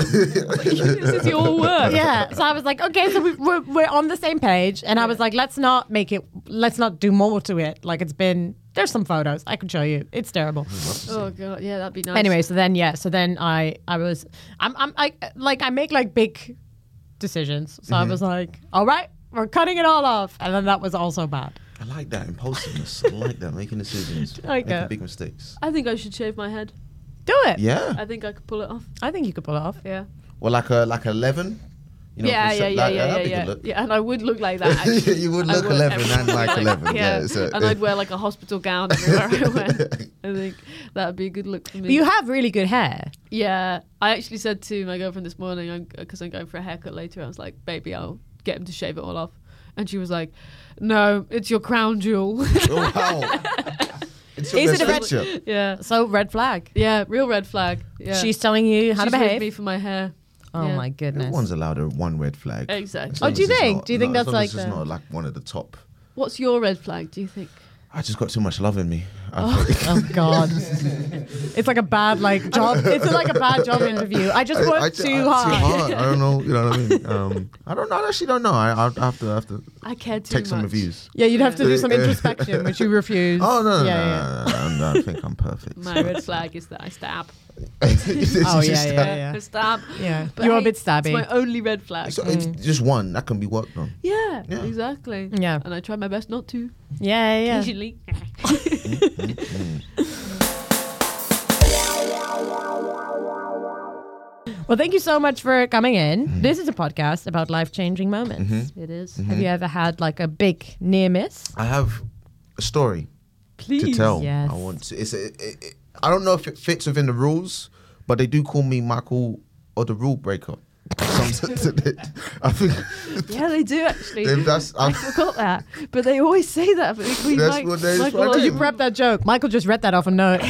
[SPEAKER 6] [laughs]
[SPEAKER 3] [laughs]
[SPEAKER 4] this is your work.
[SPEAKER 3] yeah. So I was like, okay, so we, we're, we're on the same page. And I was like, let's not make it, let's not do more to it. Like it's been, there's some photos I can show you. It's terrible.
[SPEAKER 4] Oh god, yeah, that'd be nice.
[SPEAKER 3] anyway so then yeah so then i i Mm-hmm. was i'm i'm I, like i make like big decisions so i was like all right we're cutting it all off. And then that was also bad.
[SPEAKER 5] I like that impulsiveness. I like that making
[SPEAKER 4] [laughs]
[SPEAKER 5] decisions,
[SPEAKER 3] I like
[SPEAKER 5] making
[SPEAKER 3] it.
[SPEAKER 5] big mistakes.
[SPEAKER 4] I think I should shave my head.
[SPEAKER 3] Do it.
[SPEAKER 5] Yeah.
[SPEAKER 4] I think I could pull it off.
[SPEAKER 3] I think you could pull it off.
[SPEAKER 4] Yeah.
[SPEAKER 5] Well, like a like eleven. You know,
[SPEAKER 4] yeah,
[SPEAKER 5] if
[SPEAKER 4] yeah,
[SPEAKER 5] you set
[SPEAKER 4] yeah,
[SPEAKER 5] like
[SPEAKER 4] yeah,
[SPEAKER 6] uh,
[SPEAKER 5] that,
[SPEAKER 4] yeah,
[SPEAKER 5] that'd be
[SPEAKER 4] yeah,
[SPEAKER 5] good look.
[SPEAKER 4] yeah. And I would look like
[SPEAKER 6] [laughs]
[SPEAKER 4] that. actually.
[SPEAKER 5] [laughs] You would
[SPEAKER 4] I
[SPEAKER 5] look 11 and
[SPEAKER 4] Everything
[SPEAKER 5] like 11, yeah,
[SPEAKER 4] [laughs] Yeah,
[SPEAKER 5] so-
[SPEAKER 4] and I'd wear like a hospital
[SPEAKER 5] [laughs]
[SPEAKER 4] gown everywhere I went. I think that'd be a good look for me.
[SPEAKER 3] But you have really good hair.
[SPEAKER 4] Yeah, I actually said to my girlfriend this morning because I'm going for a haircut later. I was like, "Baby, I'll get him to shave it all off," and she was like, "No, it's your crown jewel." [laughs]
[SPEAKER 5] [laughs] Oh, wow. It's your best picture.
[SPEAKER 4] yeah,
[SPEAKER 3] So red flag.
[SPEAKER 4] yeah, real red flag. Yeah,
[SPEAKER 3] She's telling you how
[SPEAKER 4] She's
[SPEAKER 3] to
[SPEAKER 4] with
[SPEAKER 3] behave.
[SPEAKER 4] me for my hair.
[SPEAKER 3] Oh
[SPEAKER 4] Yeah.
[SPEAKER 3] my goodness.
[SPEAKER 5] Everyone's allowed a one red flag.
[SPEAKER 4] Exactly.
[SPEAKER 5] As
[SPEAKER 4] Oh,
[SPEAKER 5] long
[SPEAKER 4] do you
[SPEAKER 5] as it's
[SPEAKER 4] think?
[SPEAKER 5] not-
[SPEAKER 4] Do you think
[SPEAKER 5] no, as
[SPEAKER 4] that's
[SPEAKER 5] long as
[SPEAKER 4] like uh,
[SPEAKER 5] it's
[SPEAKER 4] the-
[SPEAKER 5] not like one at the top?
[SPEAKER 4] What's your red flag? Do you think?
[SPEAKER 5] I just got too much love in me. I think-
[SPEAKER 3] Oh
[SPEAKER 5] [laughs]
[SPEAKER 3] God! it's like a bad like job. It's like a bad job interview. I just worked
[SPEAKER 5] ju-
[SPEAKER 3] too,
[SPEAKER 5] I-
[SPEAKER 3] hard.
[SPEAKER 5] I don't know. You know what I
[SPEAKER 4] [laughs]
[SPEAKER 5] mean? Um, I don't know. I actually don't know. I, I, I have to I have to
[SPEAKER 4] I care too
[SPEAKER 5] take
[SPEAKER 4] much.
[SPEAKER 5] some reviews.
[SPEAKER 3] Yeah, you'd have to do
[SPEAKER 5] [laughs]
[SPEAKER 3] some introspection, which you refuse.
[SPEAKER 5] Oh no, no, no,
[SPEAKER 3] yeah, yeah.
[SPEAKER 5] [laughs] no, no, no, no, I think I'm
[SPEAKER 4] [laughs]
[SPEAKER 5] perfect.
[SPEAKER 4] My red flag is that
[SPEAKER 5] [laughs]
[SPEAKER 4] I stab.
[SPEAKER 3] Oh
[SPEAKER 5] oh
[SPEAKER 3] yeah, yeah,
[SPEAKER 4] I
[SPEAKER 3] yeah.
[SPEAKER 4] stab.
[SPEAKER 3] Yeah,
[SPEAKER 4] But
[SPEAKER 3] you're a
[SPEAKER 4] hey,
[SPEAKER 3] bit stabby.
[SPEAKER 4] It's my only red flag.
[SPEAKER 5] So it's just one that can be worked on.
[SPEAKER 4] yeah,
[SPEAKER 5] Yeah.
[SPEAKER 4] exactly.
[SPEAKER 3] Yeah.
[SPEAKER 4] and I try my best not to.
[SPEAKER 3] yeah, yeah, yeah.
[SPEAKER 5] [laughs]
[SPEAKER 4] Occasionally.
[SPEAKER 3] Well, thank you so much for coming in.
[SPEAKER 5] Mm-hmm.
[SPEAKER 3] This is a podcast about life changing moments.
[SPEAKER 4] It is.
[SPEAKER 3] Have you ever had like a big near miss?
[SPEAKER 5] I have a story
[SPEAKER 4] Please.
[SPEAKER 5] to tell.
[SPEAKER 3] Yes.
[SPEAKER 5] I want to. It's a, it, it, I don't know if it fits within the rules, but they do call me Michael or the rule breaker. Sometimes they- I think
[SPEAKER 4] Yeah, they do actually.
[SPEAKER 5] if that's I,
[SPEAKER 4] I forgot that. But they always say that. But they call you
[SPEAKER 5] That's
[SPEAKER 4] Mike-
[SPEAKER 5] what they-
[SPEAKER 4] Michael
[SPEAKER 5] Michael,
[SPEAKER 4] Owen.
[SPEAKER 5] you
[SPEAKER 3] Prep that joke. Michael just read that off a
[SPEAKER 5] [laughs]
[SPEAKER 3] note.
[SPEAKER 5] I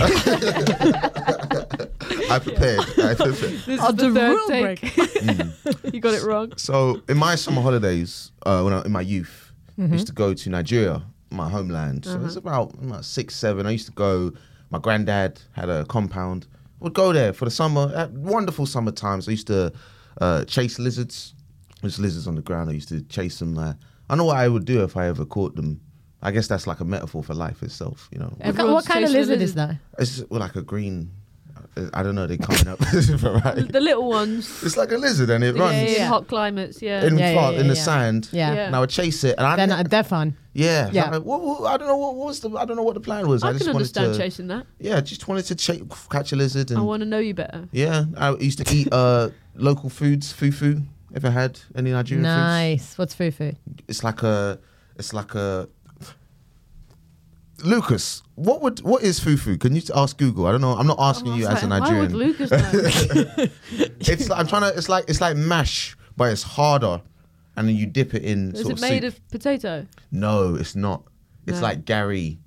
[SPEAKER 5] prepared.
[SPEAKER 3] [laughs]
[SPEAKER 5] I prepared.
[SPEAKER 4] This
[SPEAKER 3] Oh,
[SPEAKER 4] is the
[SPEAKER 3] the
[SPEAKER 4] third
[SPEAKER 3] rule [laughs]
[SPEAKER 4] take. you got it wrong.
[SPEAKER 5] Mm-hmm. So in my summer holidays, uh, when I, in my youth, I used to go to Nigeria, my homeland. So it was about, about six, seven. I used to go. My granddad had a compound. Would go there for the summer. Had wonderful summer times. I used to uh, chase lizards. There's lizards on the ground. I used to chase them. Uh, I know what I would do if I ever caught them. I guess that's like a metaphor for life itself, you know.
[SPEAKER 3] What ki- what kind of
[SPEAKER 4] Everyone's
[SPEAKER 3] lizard
[SPEAKER 4] chasing
[SPEAKER 3] is that?
[SPEAKER 5] It's just like a green. I don't know. They're coming up. variety.
[SPEAKER 4] The little ones.
[SPEAKER 5] it's like a lizard and it
[SPEAKER 4] Yeah,
[SPEAKER 5] runs
[SPEAKER 4] yeah, yeah. hot climates. Yeah.
[SPEAKER 5] in
[SPEAKER 3] Yeah, yeah,
[SPEAKER 5] front
[SPEAKER 3] yeah,
[SPEAKER 5] in the
[SPEAKER 3] yeah.
[SPEAKER 5] sand.
[SPEAKER 3] Yeah.
[SPEAKER 4] Yeah.
[SPEAKER 5] And I would chase it, and I
[SPEAKER 3] They're,
[SPEAKER 5] didn't-
[SPEAKER 3] not, they're fun.
[SPEAKER 5] yeah,
[SPEAKER 3] Yeah.
[SPEAKER 5] I'm like, what- what- I don't know what, what was the I don't know what the plan was. I,
[SPEAKER 4] I
[SPEAKER 5] just
[SPEAKER 4] can
[SPEAKER 5] wanted
[SPEAKER 4] understand
[SPEAKER 5] to
[SPEAKER 4] chasing that.
[SPEAKER 5] yeah, I just wanted to cha- catch a lizard and
[SPEAKER 4] I want to know you better.
[SPEAKER 5] yeah, I used to eat uh, [laughs] local foods, fufu. Ever had any Nigerian
[SPEAKER 3] Nice. What's fufu?
[SPEAKER 5] foods? It's like a it's like a Lucas, what would what is fufu? Can you ask Google? I don't know. I'm not asking
[SPEAKER 4] I
[SPEAKER 5] you
[SPEAKER 4] was
[SPEAKER 5] as a
[SPEAKER 4] like, Why would
[SPEAKER 5] Nigerian. [laughs]
[SPEAKER 4] Lucas know?
[SPEAKER 5] it's like, I'm trying to. It's like it's like mash, but it's harder, and then you dip it in.
[SPEAKER 4] is
[SPEAKER 5] sort
[SPEAKER 4] it made
[SPEAKER 5] soup.
[SPEAKER 4] of potato?
[SPEAKER 5] No, it's not. It's
[SPEAKER 4] No.
[SPEAKER 5] like Gary,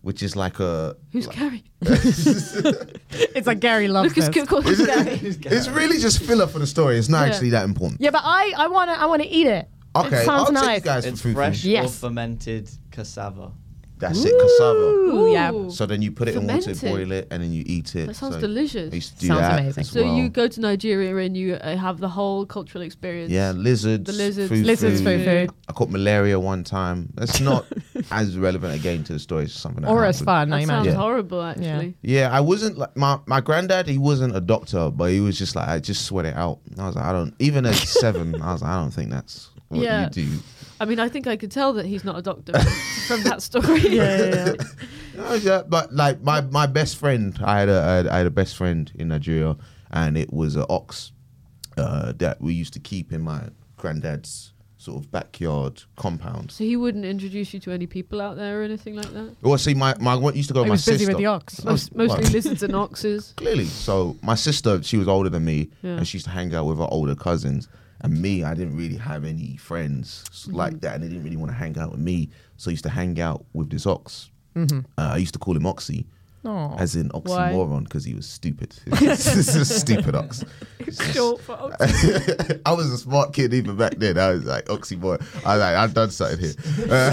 [SPEAKER 5] which is like a.
[SPEAKER 4] Who's Gary?
[SPEAKER 3] It's like Gary loves
[SPEAKER 4] Lucas
[SPEAKER 3] this.
[SPEAKER 4] could call him Gary.
[SPEAKER 5] It's really just filler for the story. It's not
[SPEAKER 4] Yeah.
[SPEAKER 5] actually that important.
[SPEAKER 3] Yeah, but I, I wanna, I wanna eat it.
[SPEAKER 5] Okay,
[SPEAKER 3] it sounds
[SPEAKER 5] I'll take
[SPEAKER 3] nice.
[SPEAKER 5] you guys
[SPEAKER 7] It's
[SPEAKER 5] for food.
[SPEAKER 7] fresh or
[SPEAKER 3] Yes.
[SPEAKER 7] fermented cassava.
[SPEAKER 5] That's it, cassava.
[SPEAKER 3] Ooh, yeah.
[SPEAKER 4] Ooh.
[SPEAKER 5] So then you put it in
[SPEAKER 4] Fermented.
[SPEAKER 5] water, boil it, and then you eat it.
[SPEAKER 4] That sounds
[SPEAKER 5] So
[SPEAKER 4] delicious.
[SPEAKER 5] I used to do
[SPEAKER 3] Sounds
[SPEAKER 5] that
[SPEAKER 3] amazing.
[SPEAKER 5] as
[SPEAKER 4] So
[SPEAKER 5] well.
[SPEAKER 4] you go to Nigeria and you uh, have the whole cultural experience.
[SPEAKER 5] yeah, lizards.
[SPEAKER 4] The lizards.
[SPEAKER 5] fufu.
[SPEAKER 3] Lizards, fufu.
[SPEAKER 5] I caught malaria one time. That's
[SPEAKER 4] [laughs]
[SPEAKER 5] not as relevant again to the story. It's just something that
[SPEAKER 3] Or as
[SPEAKER 5] happened.
[SPEAKER 3] fun, I
[SPEAKER 4] That sounds
[SPEAKER 3] imagine.
[SPEAKER 4] horrible, actually.
[SPEAKER 5] Yeah, I wasn't like my my granddad. He wasn't a doctor, but he was just like I just sweat it out. And I was like I don't even at seven. I was like I don't think that's what
[SPEAKER 4] Yeah.
[SPEAKER 5] you do.
[SPEAKER 4] I mean, I think I could tell that he's not a doctor from that
[SPEAKER 3] [laughs]
[SPEAKER 4] story.
[SPEAKER 5] [laughs] No, yeah, but like my my best friend, I had a I had, I had a best friend in Nigeria, and it was an ox uh, that we used to keep in my granddad's sort of backyard compound.
[SPEAKER 4] So he wouldn't introduce you to any people out there or anything like that.
[SPEAKER 5] Well, see, my my I used to go with my
[SPEAKER 3] I was busy
[SPEAKER 5] sister.
[SPEAKER 3] with the ox.
[SPEAKER 4] Most,
[SPEAKER 5] Well,
[SPEAKER 4] mostly lizards and oxes.
[SPEAKER 5] [laughs] clearly. So my sister, she was older than me,
[SPEAKER 4] Yeah.
[SPEAKER 5] and she used to hang out with her older cousins. And me, I didn't really have any friends
[SPEAKER 4] Mm-hmm.
[SPEAKER 5] like that, and they didn't really want to hang out with me. So I used to hang out with this ox.
[SPEAKER 4] Mm-hmm.
[SPEAKER 5] Uh, I used to call him Oxy, as in oxymoron, because he was
[SPEAKER 4] [laughs]
[SPEAKER 5] stupid. [laughs] This is a stupid ox.
[SPEAKER 4] Short for ox.
[SPEAKER 5] [laughs] I was a smart kid even back then. I was like oxymoron. I was like I've done something
[SPEAKER 4] [laughs]
[SPEAKER 5] here. Uh,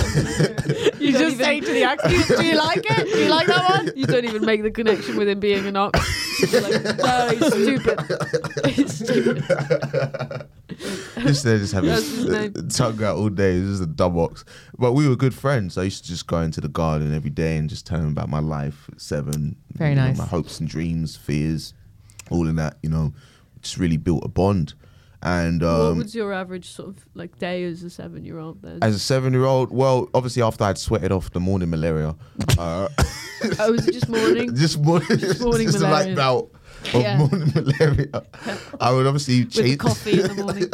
[SPEAKER 3] You just say to the excuse, do you like it? Do you like that one?
[SPEAKER 4] You don't even make the connection with him being an ox. You're like, no, he's stupid. He's stupid.
[SPEAKER 5] just there, just having
[SPEAKER 4] That's his name.
[SPEAKER 5] tongue out all day. This is a dumb ox. But we were good friends. I used to just go into the garden every day and just tell him about my life at seven.
[SPEAKER 3] Very
[SPEAKER 5] you know,
[SPEAKER 3] nice.
[SPEAKER 5] My hopes and dreams, fears, all of that. You know, just really built a bond.
[SPEAKER 4] And
[SPEAKER 1] what
[SPEAKER 4] um,
[SPEAKER 1] was your average sort of like day as a seven year old then?
[SPEAKER 4] as a seven-year-old, well, obviously after I'd sweated off the morning malaria, uh,
[SPEAKER 1] [laughs] oh, was it just morning?
[SPEAKER 4] [laughs] just morning,
[SPEAKER 1] Just morning
[SPEAKER 4] [laughs] just a light
[SPEAKER 1] malaria.
[SPEAKER 4] bout of
[SPEAKER 1] Yeah.
[SPEAKER 4] morning
[SPEAKER 1] [laughs]
[SPEAKER 4] malaria. I would obviously
[SPEAKER 1] With the
[SPEAKER 4] chase.
[SPEAKER 1] coffee in the morning.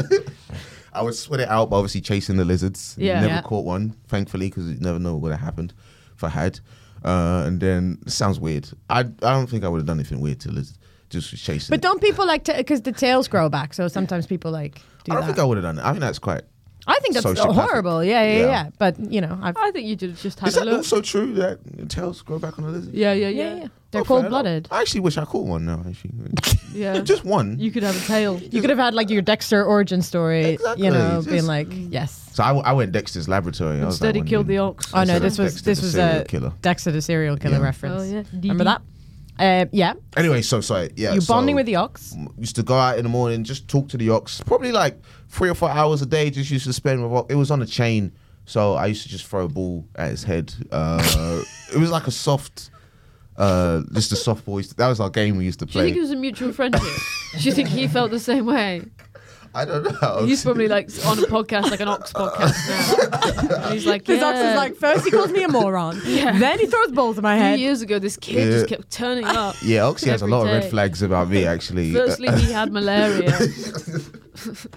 [SPEAKER 4] [laughs] I would sweat it out by obviously chasing the lizards.
[SPEAKER 1] Yeah.
[SPEAKER 4] Never
[SPEAKER 1] Yeah.
[SPEAKER 4] caught one, thankfully, because you never know what would have happened if I had. Uh, and then it sounds weird. I I don't think I would have done anything weird to lizards. Just was chasing.
[SPEAKER 3] But
[SPEAKER 4] it.
[SPEAKER 3] don't people like because the tails grow back? So sometimes people like do
[SPEAKER 4] I don't
[SPEAKER 3] that.
[SPEAKER 4] think I would have done it. I think that's quite.
[SPEAKER 3] I think that's
[SPEAKER 4] sociopathic.
[SPEAKER 3] horrible. Yeah, yeah, yeah,
[SPEAKER 4] Yeah.
[SPEAKER 3] But you know, I've,
[SPEAKER 1] I think you did just had
[SPEAKER 4] Is
[SPEAKER 1] a
[SPEAKER 4] that
[SPEAKER 1] look.
[SPEAKER 4] also true that tails grow back on a lizard?
[SPEAKER 1] Yeah, yeah,
[SPEAKER 3] yeah,
[SPEAKER 1] yeah,
[SPEAKER 3] yeah.
[SPEAKER 1] yeah.
[SPEAKER 3] They're
[SPEAKER 4] Oh, fair
[SPEAKER 3] cold
[SPEAKER 4] enough.
[SPEAKER 3] blooded.
[SPEAKER 4] I actually wish I caught one now.
[SPEAKER 1] [laughs]
[SPEAKER 4] Actually, just one.
[SPEAKER 1] You could have a tail.
[SPEAKER 3] You could have had like your Dexter origin story. You
[SPEAKER 4] Exactly,
[SPEAKER 3] know, being
[SPEAKER 4] just- Mm.
[SPEAKER 3] like, yes.
[SPEAKER 4] So I, w- I went Dexter's laboratory. I was
[SPEAKER 1] Instead,
[SPEAKER 4] like,
[SPEAKER 1] he
[SPEAKER 4] when
[SPEAKER 1] killed
[SPEAKER 4] you-
[SPEAKER 1] the ox.
[SPEAKER 3] Oh no,
[SPEAKER 4] Instead of
[SPEAKER 3] this was
[SPEAKER 4] Dexter
[SPEAKER 3] this
[SPEAKER 4] the
[SPEAKER 3] was
[SPEAKER 4] serial
[SPEAKER 3] a
[SPEAKER 4] killer.
[SPEAKER 3] Dexter the serial killer
[SPEAKER 4] Yeah.
[SPEAKER 3] reference.
[SPEAKER 1] Oh, yeah.
[SPEAKER 3] Remember that? Uh, yeah.
[SPEAKER 4] Anyway, so sorry. Yeah,
[SPEAKER 3] You're bonding
[SPEAKER 4] so Mm.
[SPEAKER 3] with the ox.
[SPEAKER 4] Used to go out in the morning, just talk to the ox. Probably like three or four hours a day. Just used to spend with ox. It was on a chain, so I used to just throw a ball at his head. Uh, [laughs] it was like a soft. Uh, just a softball. Used to- That was our game we used to
[SPEAKER 1] Do you
[SPEAKER 4] play.
[SPEAKER 1] think it was a mutual friendship? Do you think he felt the same way?
[SPEAKER 4] I don't know.
[SPEAKER 1] He's probably like on a podcast, like an
[SPEAKER 4] [laughs]
[SPEAKER 1] ox podcast now. And he's like,
[SPEAKER 3] This
[SPEAKER 1] yeah.
[SPEAKER 3] ox is like, first he
[SPEAKER 4] [laughs]
[SPEAKER 3] calls me a moron, then he throws balls at my
[SPEAKER 1] Three
[SPEAKER 3] head.
[SPEAKER 1] years ago, this kid
[SPEAKER 4] Yeah.
[SPEAKER 1] just kept turning up.
[SPEAKER 4] [laughs] yeah, Oxy has a
[SPEAKER 1] every
[SPEAKER 4] lot of
[SPEAKER 1] day.
[SPEAKER 4] red flags about me actually.
[SPEAKER 1] [laughs] Firstly, he had malaria.
[SPEAKER 4] [laughs]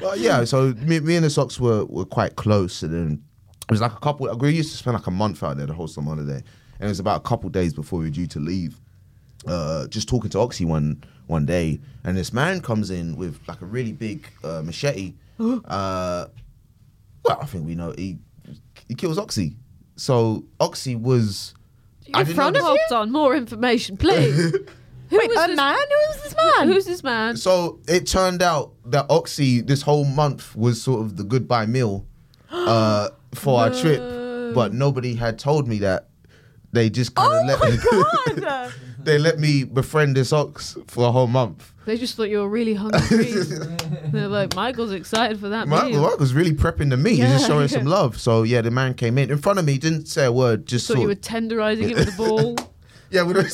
[SPEAKER 4] Well, yeah, so me, me and the Sox were, were quite close, and then it was like a couple. We used to spend like a month out there the whole summer holiday, and it was about a couple days before we were due to leave. Uh, just talking to Oxy one one day, and this man comes in with like a really big uh, machete.
[SPEAKER 1] [gasps]
[SPEAKER 4] uh, well, I think we know he he kills Oxy. So Oxy was. I
[SPEAKER 1] In
[SPEAKER 4] didn't
[SPEAKER 1] front
[SPEAKER 4] know
[SPEAKER 1] of
[SPEAKER 4] this-
[SPEAKER 1] hopped on more information, please. Who
[SPEAKER 3] Wait,
[SPEAKER 1] was
[SPEAKER 3] a
[SPEAKER 1] this-
[SPEAKER 3] man? Who is this man?
[SPEAKER 1] Who's this man?
[SPEAKER 4] So it turned out that Oxy this whole month was sort of the goodbye meal uh, for our trip, but nobody had told me that. They just kind of let me. [laughs] they let me befriend this ox for a whole month.
[SPEAKER 1] They just thought you were really hungry. [laughs]
[SPEAKER 4] [laughs]
[SPEAKER 1] They're like, Michael's excited for that
[SPEAKER 4] Mark,
[SPEAKER 1] meal.
[SPEAKER 4] Mark was really prepping to me. He's just
[SPEAKER 1] Yeah,
[SPEAKER 4] showing
[SPEAKER 1] [laughs] yeah.
[SPEAKER 4] some love. So yeah, the man came in in front of me. Didn't say a word. Just
[SPEAKER 1] So
[SPEAKER 4] sort
[SPEAKER 1] you
[SPEAKER 4] of-
[SPEAKER 1] were tenderizing it with a ball.
[SPEAKER 4] [laughs] Yeah, we don't. [laughs]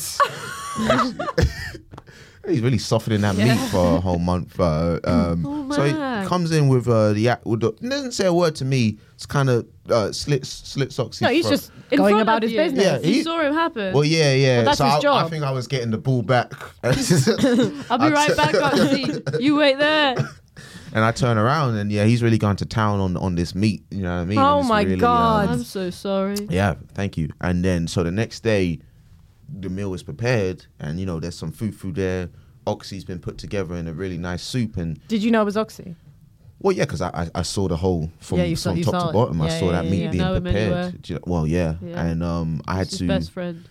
[SPEAKER 4] He's really softening that meat for a whole month. Uh, um,
[SPEAKER 1] Oh,
[SPEAKER 4] so he
[SPEAKER 1] man.
[SPEAKER 4] comes in with uh, the act. With the, doesn't say a word to me. It's kind of uh, slits slits socks.
[SPEAKER 3] No, he's just going
[SPEAKER 1] front
[SPEAKER 3] about
[SPEAKER 1] of
[SPEAKER 3] his
[SPEAKER 1] you.
[SPEAKER 3] business.
[SPEAKER 4] Yeah,
[SPEAKER 1] You
[SPEAKER 4] he-
[SPEAKER 1] saw him happen.
[SPEAKER 4] Well, yeah, yeah.
[SPEAKER 3] that's
[SPEAKER 4] so
[SPEAKER 3] his
[SPEAKER 4] I,
[SPEAKER 3] job.
[SPEAKER 4] I think I was getting the ball back. I'll [laughs]
[SPEAKER 1] I'll be right back, Oxy. You wait there.
[SPEAKER 4] And I turn around and yeah, he's really gone to town on on this meat. You know what I mean?
[SPEAKER 3] Oh
[SPEAKER 4] And it's
[SPEAKER 3] my
[SPEAKER 4] really,
[SPEAKER 3] God.
[SPEAKER 4] um,
[SPEAKER 1] I'm so sorry.
[SPEAKER 4] Yeah, thank you. And then so the next day, the meal is prepared, and you know there's some food food there. Oxy's been put together in a really nice soup, and
[SPEAKER 3] Did you know it was Oxy?
[SPEAKER 4] well, yeah, because I, I I saw the whole from,
[SPEAKER 3] Yeah, you saw-
[SPEAKER 4] from
[SPEAKER 3] you
[SPEAKER 4] top
[SPEAKER 3] saw it.
[SPEAKER 4] to bottom.
[SPEAKER 3] Yeah,
[SPEAKER 4] I saw
[SPEAKER 3] yeah,
[SPEAKER 4] that
[SPEAKER 3] yeah,
[SPEAKER 4] meat
[SPEAKER 3] yeah.
[SPEAKER 4] being
[SPEAKER 1] Know him anywhere.
[SPEAKER 4] prepared. Do you- well, yeah,
[SPEAKER 1] Yeah.
[SPEAKER 4] and um, I had
[SPEAKER 1] It's
[SPEAKER 4] to
[SPEAKER 1] his best friend.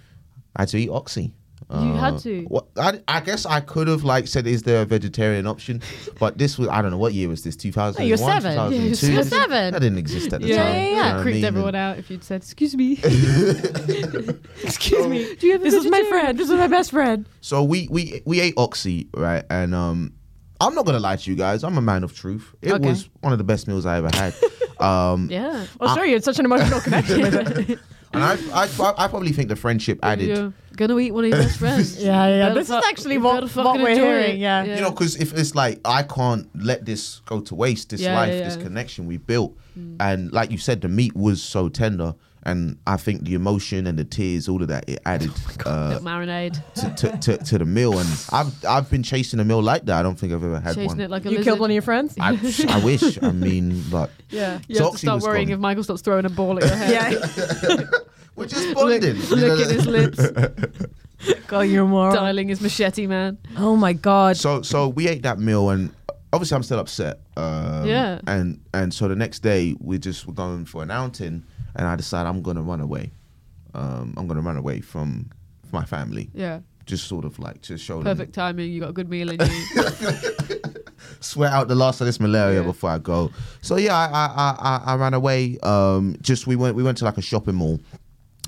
[SPEAKER 4] I had to eat Oxy. Uh,
[SPEAKER 1] You had to?
[SPEAKER 4] What, I, I guess I could have like said, "Is there a vegetarian
[SPEAKER 1] [laughs]
[SPEAKER 4] option?" But this was I don't know what year was this? Two thousand.
[SPEAKER 3] you're seven. Yeah,
[SPEAKER 1] you're
[SPEAKER 3] seven.
[SPEAKER 4] That didn't exist at the
[SPEAKER 1] Yeah,
[SPEAKER 4] time.
[SPEAKER 3] yeah,
[SPEAKER 4] you
[SPEAKER 3] yeah.
[SPEAKER 4] know what I
[SPEAKER 1] Creeped
[SPEAKER 4] mean? uh,
[SPEAKER 1] everyone
[SPEAKER 4] And-
[SPEAKER 1] out if you'd said, "Excuse
[SPEAKER 4] [laughs]
[SPEAKER 1] me."
[SPEAKER 3] Excuse me.
[SPEAKER 1] Do you have a
[SPEAKER 3] This is my
[SPEAKER 1] vegetarian?
[SPEAKER 3] friend. This is my best friend.
[SPEAKER 4] So we we we ate oxy, right? And um, I'm not gonna lie to you guys. I'm a man of truth. It
[SPEAKER 3] Okay.
[SPEAKER 4] was one of the best meals I ever
[SPEAKER 1] [laughs]
[SPEAKER 4] had. um,
[SPEAKER 1] yeah.
[SPEAKER 3] Oh, sorry, you had such an emotional connection with it.
[SPEAKER 4] and I, I I probably think the friendship added.
[SPEAKER 1] You're gonna eat one of your best friends.
[SPEAKER 3] [laughs] Yeah, yeah.
[SPEAKER 1] Better
[SPEAKER 3] This is
[SPEAKER 1] fuck-
[SPEAKER 3] actually
[SPEAKER 1] you
[SPEAKER 3] what-
[SPEAKER 1] better
[SPEAKER 3] what
[SPEAKER 1] fucking
[SPEAKER 3] we're
[SPEAKER 1] enjoy
[SPEAKER 3] hearing,
[SPEAKER 1] it.
[SPEAKER 3] yeah.
[SPEAKER 4] You know, because if it's like I can't let this go to waste, this
[SPEAKER 1] Yeah,
[SPEAKER 4] life,
[SPEAKER 1] yeah,
[SPEAKER 4] this
[SPEAKER 1] yeah. Mm.
[SPEAKER 4] connection we built, and like you said, the meat was so tender, and I think the emotion and the tears, all of that, it
[SPEAKER 1] [laughs]
[SPEAKER 4] added
[SPEAKER 1] Oh
[SPEAKER 4] uh,
[SPEAKER 1] Little marinade,
[SPEAKER 4] to, to, to to the meal. And I've I've been chasing a meal like that. I don't think I've ever had
[SPEAKER 1] chasing
[SPEAKER 4] one.
[SPEAKER 1] it like a
[SPEAKER 3] You
[SPEAKER 1] lizard.
[SPEAKER 3] killed one of your
[SPEAKER 1] [laughs]
[SPEAKER 3] friends?
[SPEAKER 4] I, I wish. I mean, like
[SPEAKER 1] yeah, you
[SPEAKER 4] So
[SPEAKER 1] have to
[SPEAKER 4] Oxy
[SPEAKER 1] start
[SPEAKER 4] was
[SPEAKER 1] worrying
[SPEAKER 4] gone.
[SPEAKER 1] if Michael starts throwing a ball at your head.
[SPEAKER 3] yeah.
[SPEAKER 4] We're just
[SPEAKER 1] Look,
[SPEAKER 4] bonding. you know?
[SPEAKER 1] look at his lips,
[SPEAKER 3] God, you're a moron.
[SPEAKER 1] dialing his machete, man.
[SPEAKER 3] Oh my God.
[SPEAKER 4] So so we ate that meal and obviously I'm still upset. Um,
[SPEAKER 1] Yeah.
[SPEAKER 4] And and so the next day we just were going for an outing and I decided I'm gonna run away. Um, I'm gonna run away from my family.
[SPEAKER 1] Yeah,
[SPEAKER 4] Just sort of like to show
[SPEAKER 1] perfect timing. You got a good meal in you.
[SPEAKER 4] them, sweat out the last of this malaria
[SPEAKER 1] Yeah.
[SPEAKER 4] before I go. So yeah, I I, I I I ran away. Um, just we went we went to like a shopping mall,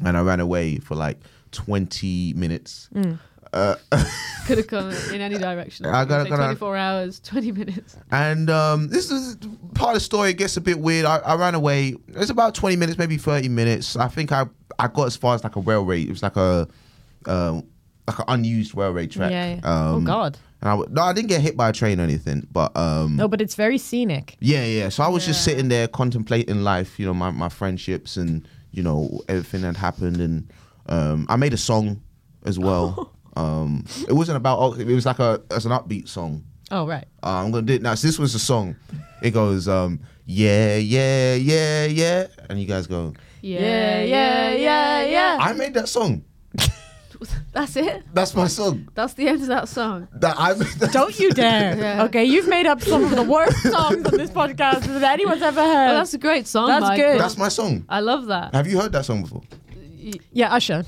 [SPEAKER 4] and I ran away for like 20 minutes.
[SPEAKER 1] Mm. Could have come in any direction.
[SPEAKER 4] I gotta-
[SPEAKER 1] Take
[SPEAKER 4] gotta-
[SPEAKER 1] 24 hours, 20 minutes.
[SPEAKER 4] And um, this is part of the story gets a bit weird. I, I ran away. It's about twenty minutes, maybe thirty minutes. I think I I got as far as like a railway. It was like a um, like an unused railway track.
[SPEAKER 3] Yeah, yeah.
[SPEAKER 4] Um,
[SPEAKER 3] Oh, God.
[SPEAKER 4] And I would, no, I didn't get hit by a train or anything, but um,
[SPEAKER 1] No, but it's very scenic.
[SPEAKER 4] yeah, yeah. So I was just sitting there contemplating life, you know, my, my friendships and, you know, everything that happened. And um, I made a song as well.
[SPEAKER 1] [laughs]
[SPEAKER 4] um, it wasn't about, oh, it was like a, as an upbeat song.
[SPEAKER 1] Oh, right.
[SPEAKER 4] Uh, I'm going to do it now. So this was the song. It goes, um, yeah, yeah, yeah, yeah. And you guys go,
[SPEAKER 3] Yeah, yeah, yeah, yeah.
[SPEAKER 4] I made that song.
[SPEAKER 1] [laughs]
[SPEAKER 3] That's it.
[SPEAKER 4] That's my song.
[SPEAKER 3] That's the end of that song.
[SPEAKER 4] That I made that
[SPEAKER 1] Don't
[SPEAKER 6] [laughs]
[SPEAKER 1] you dare.
[SPEAKER 3] Yeah.
[SPEAKER 1] Okay, you've made up some of the worst songs on this podcast that anyone's ever heard.
[SPEAKER 3] Well, that's a great song.
[SPEAKER 1] That's
[SPEAKER 3] Mike.
[SPEAKER 1] good.
[SPEAKER 4] [laughs] That's my song.
[SPEAKER 1] Uh,
[SPEAKER 3] I love that.
[SPEAKER 4] Have you heard that song before?
[SPEAKER 1] yeah, Usher.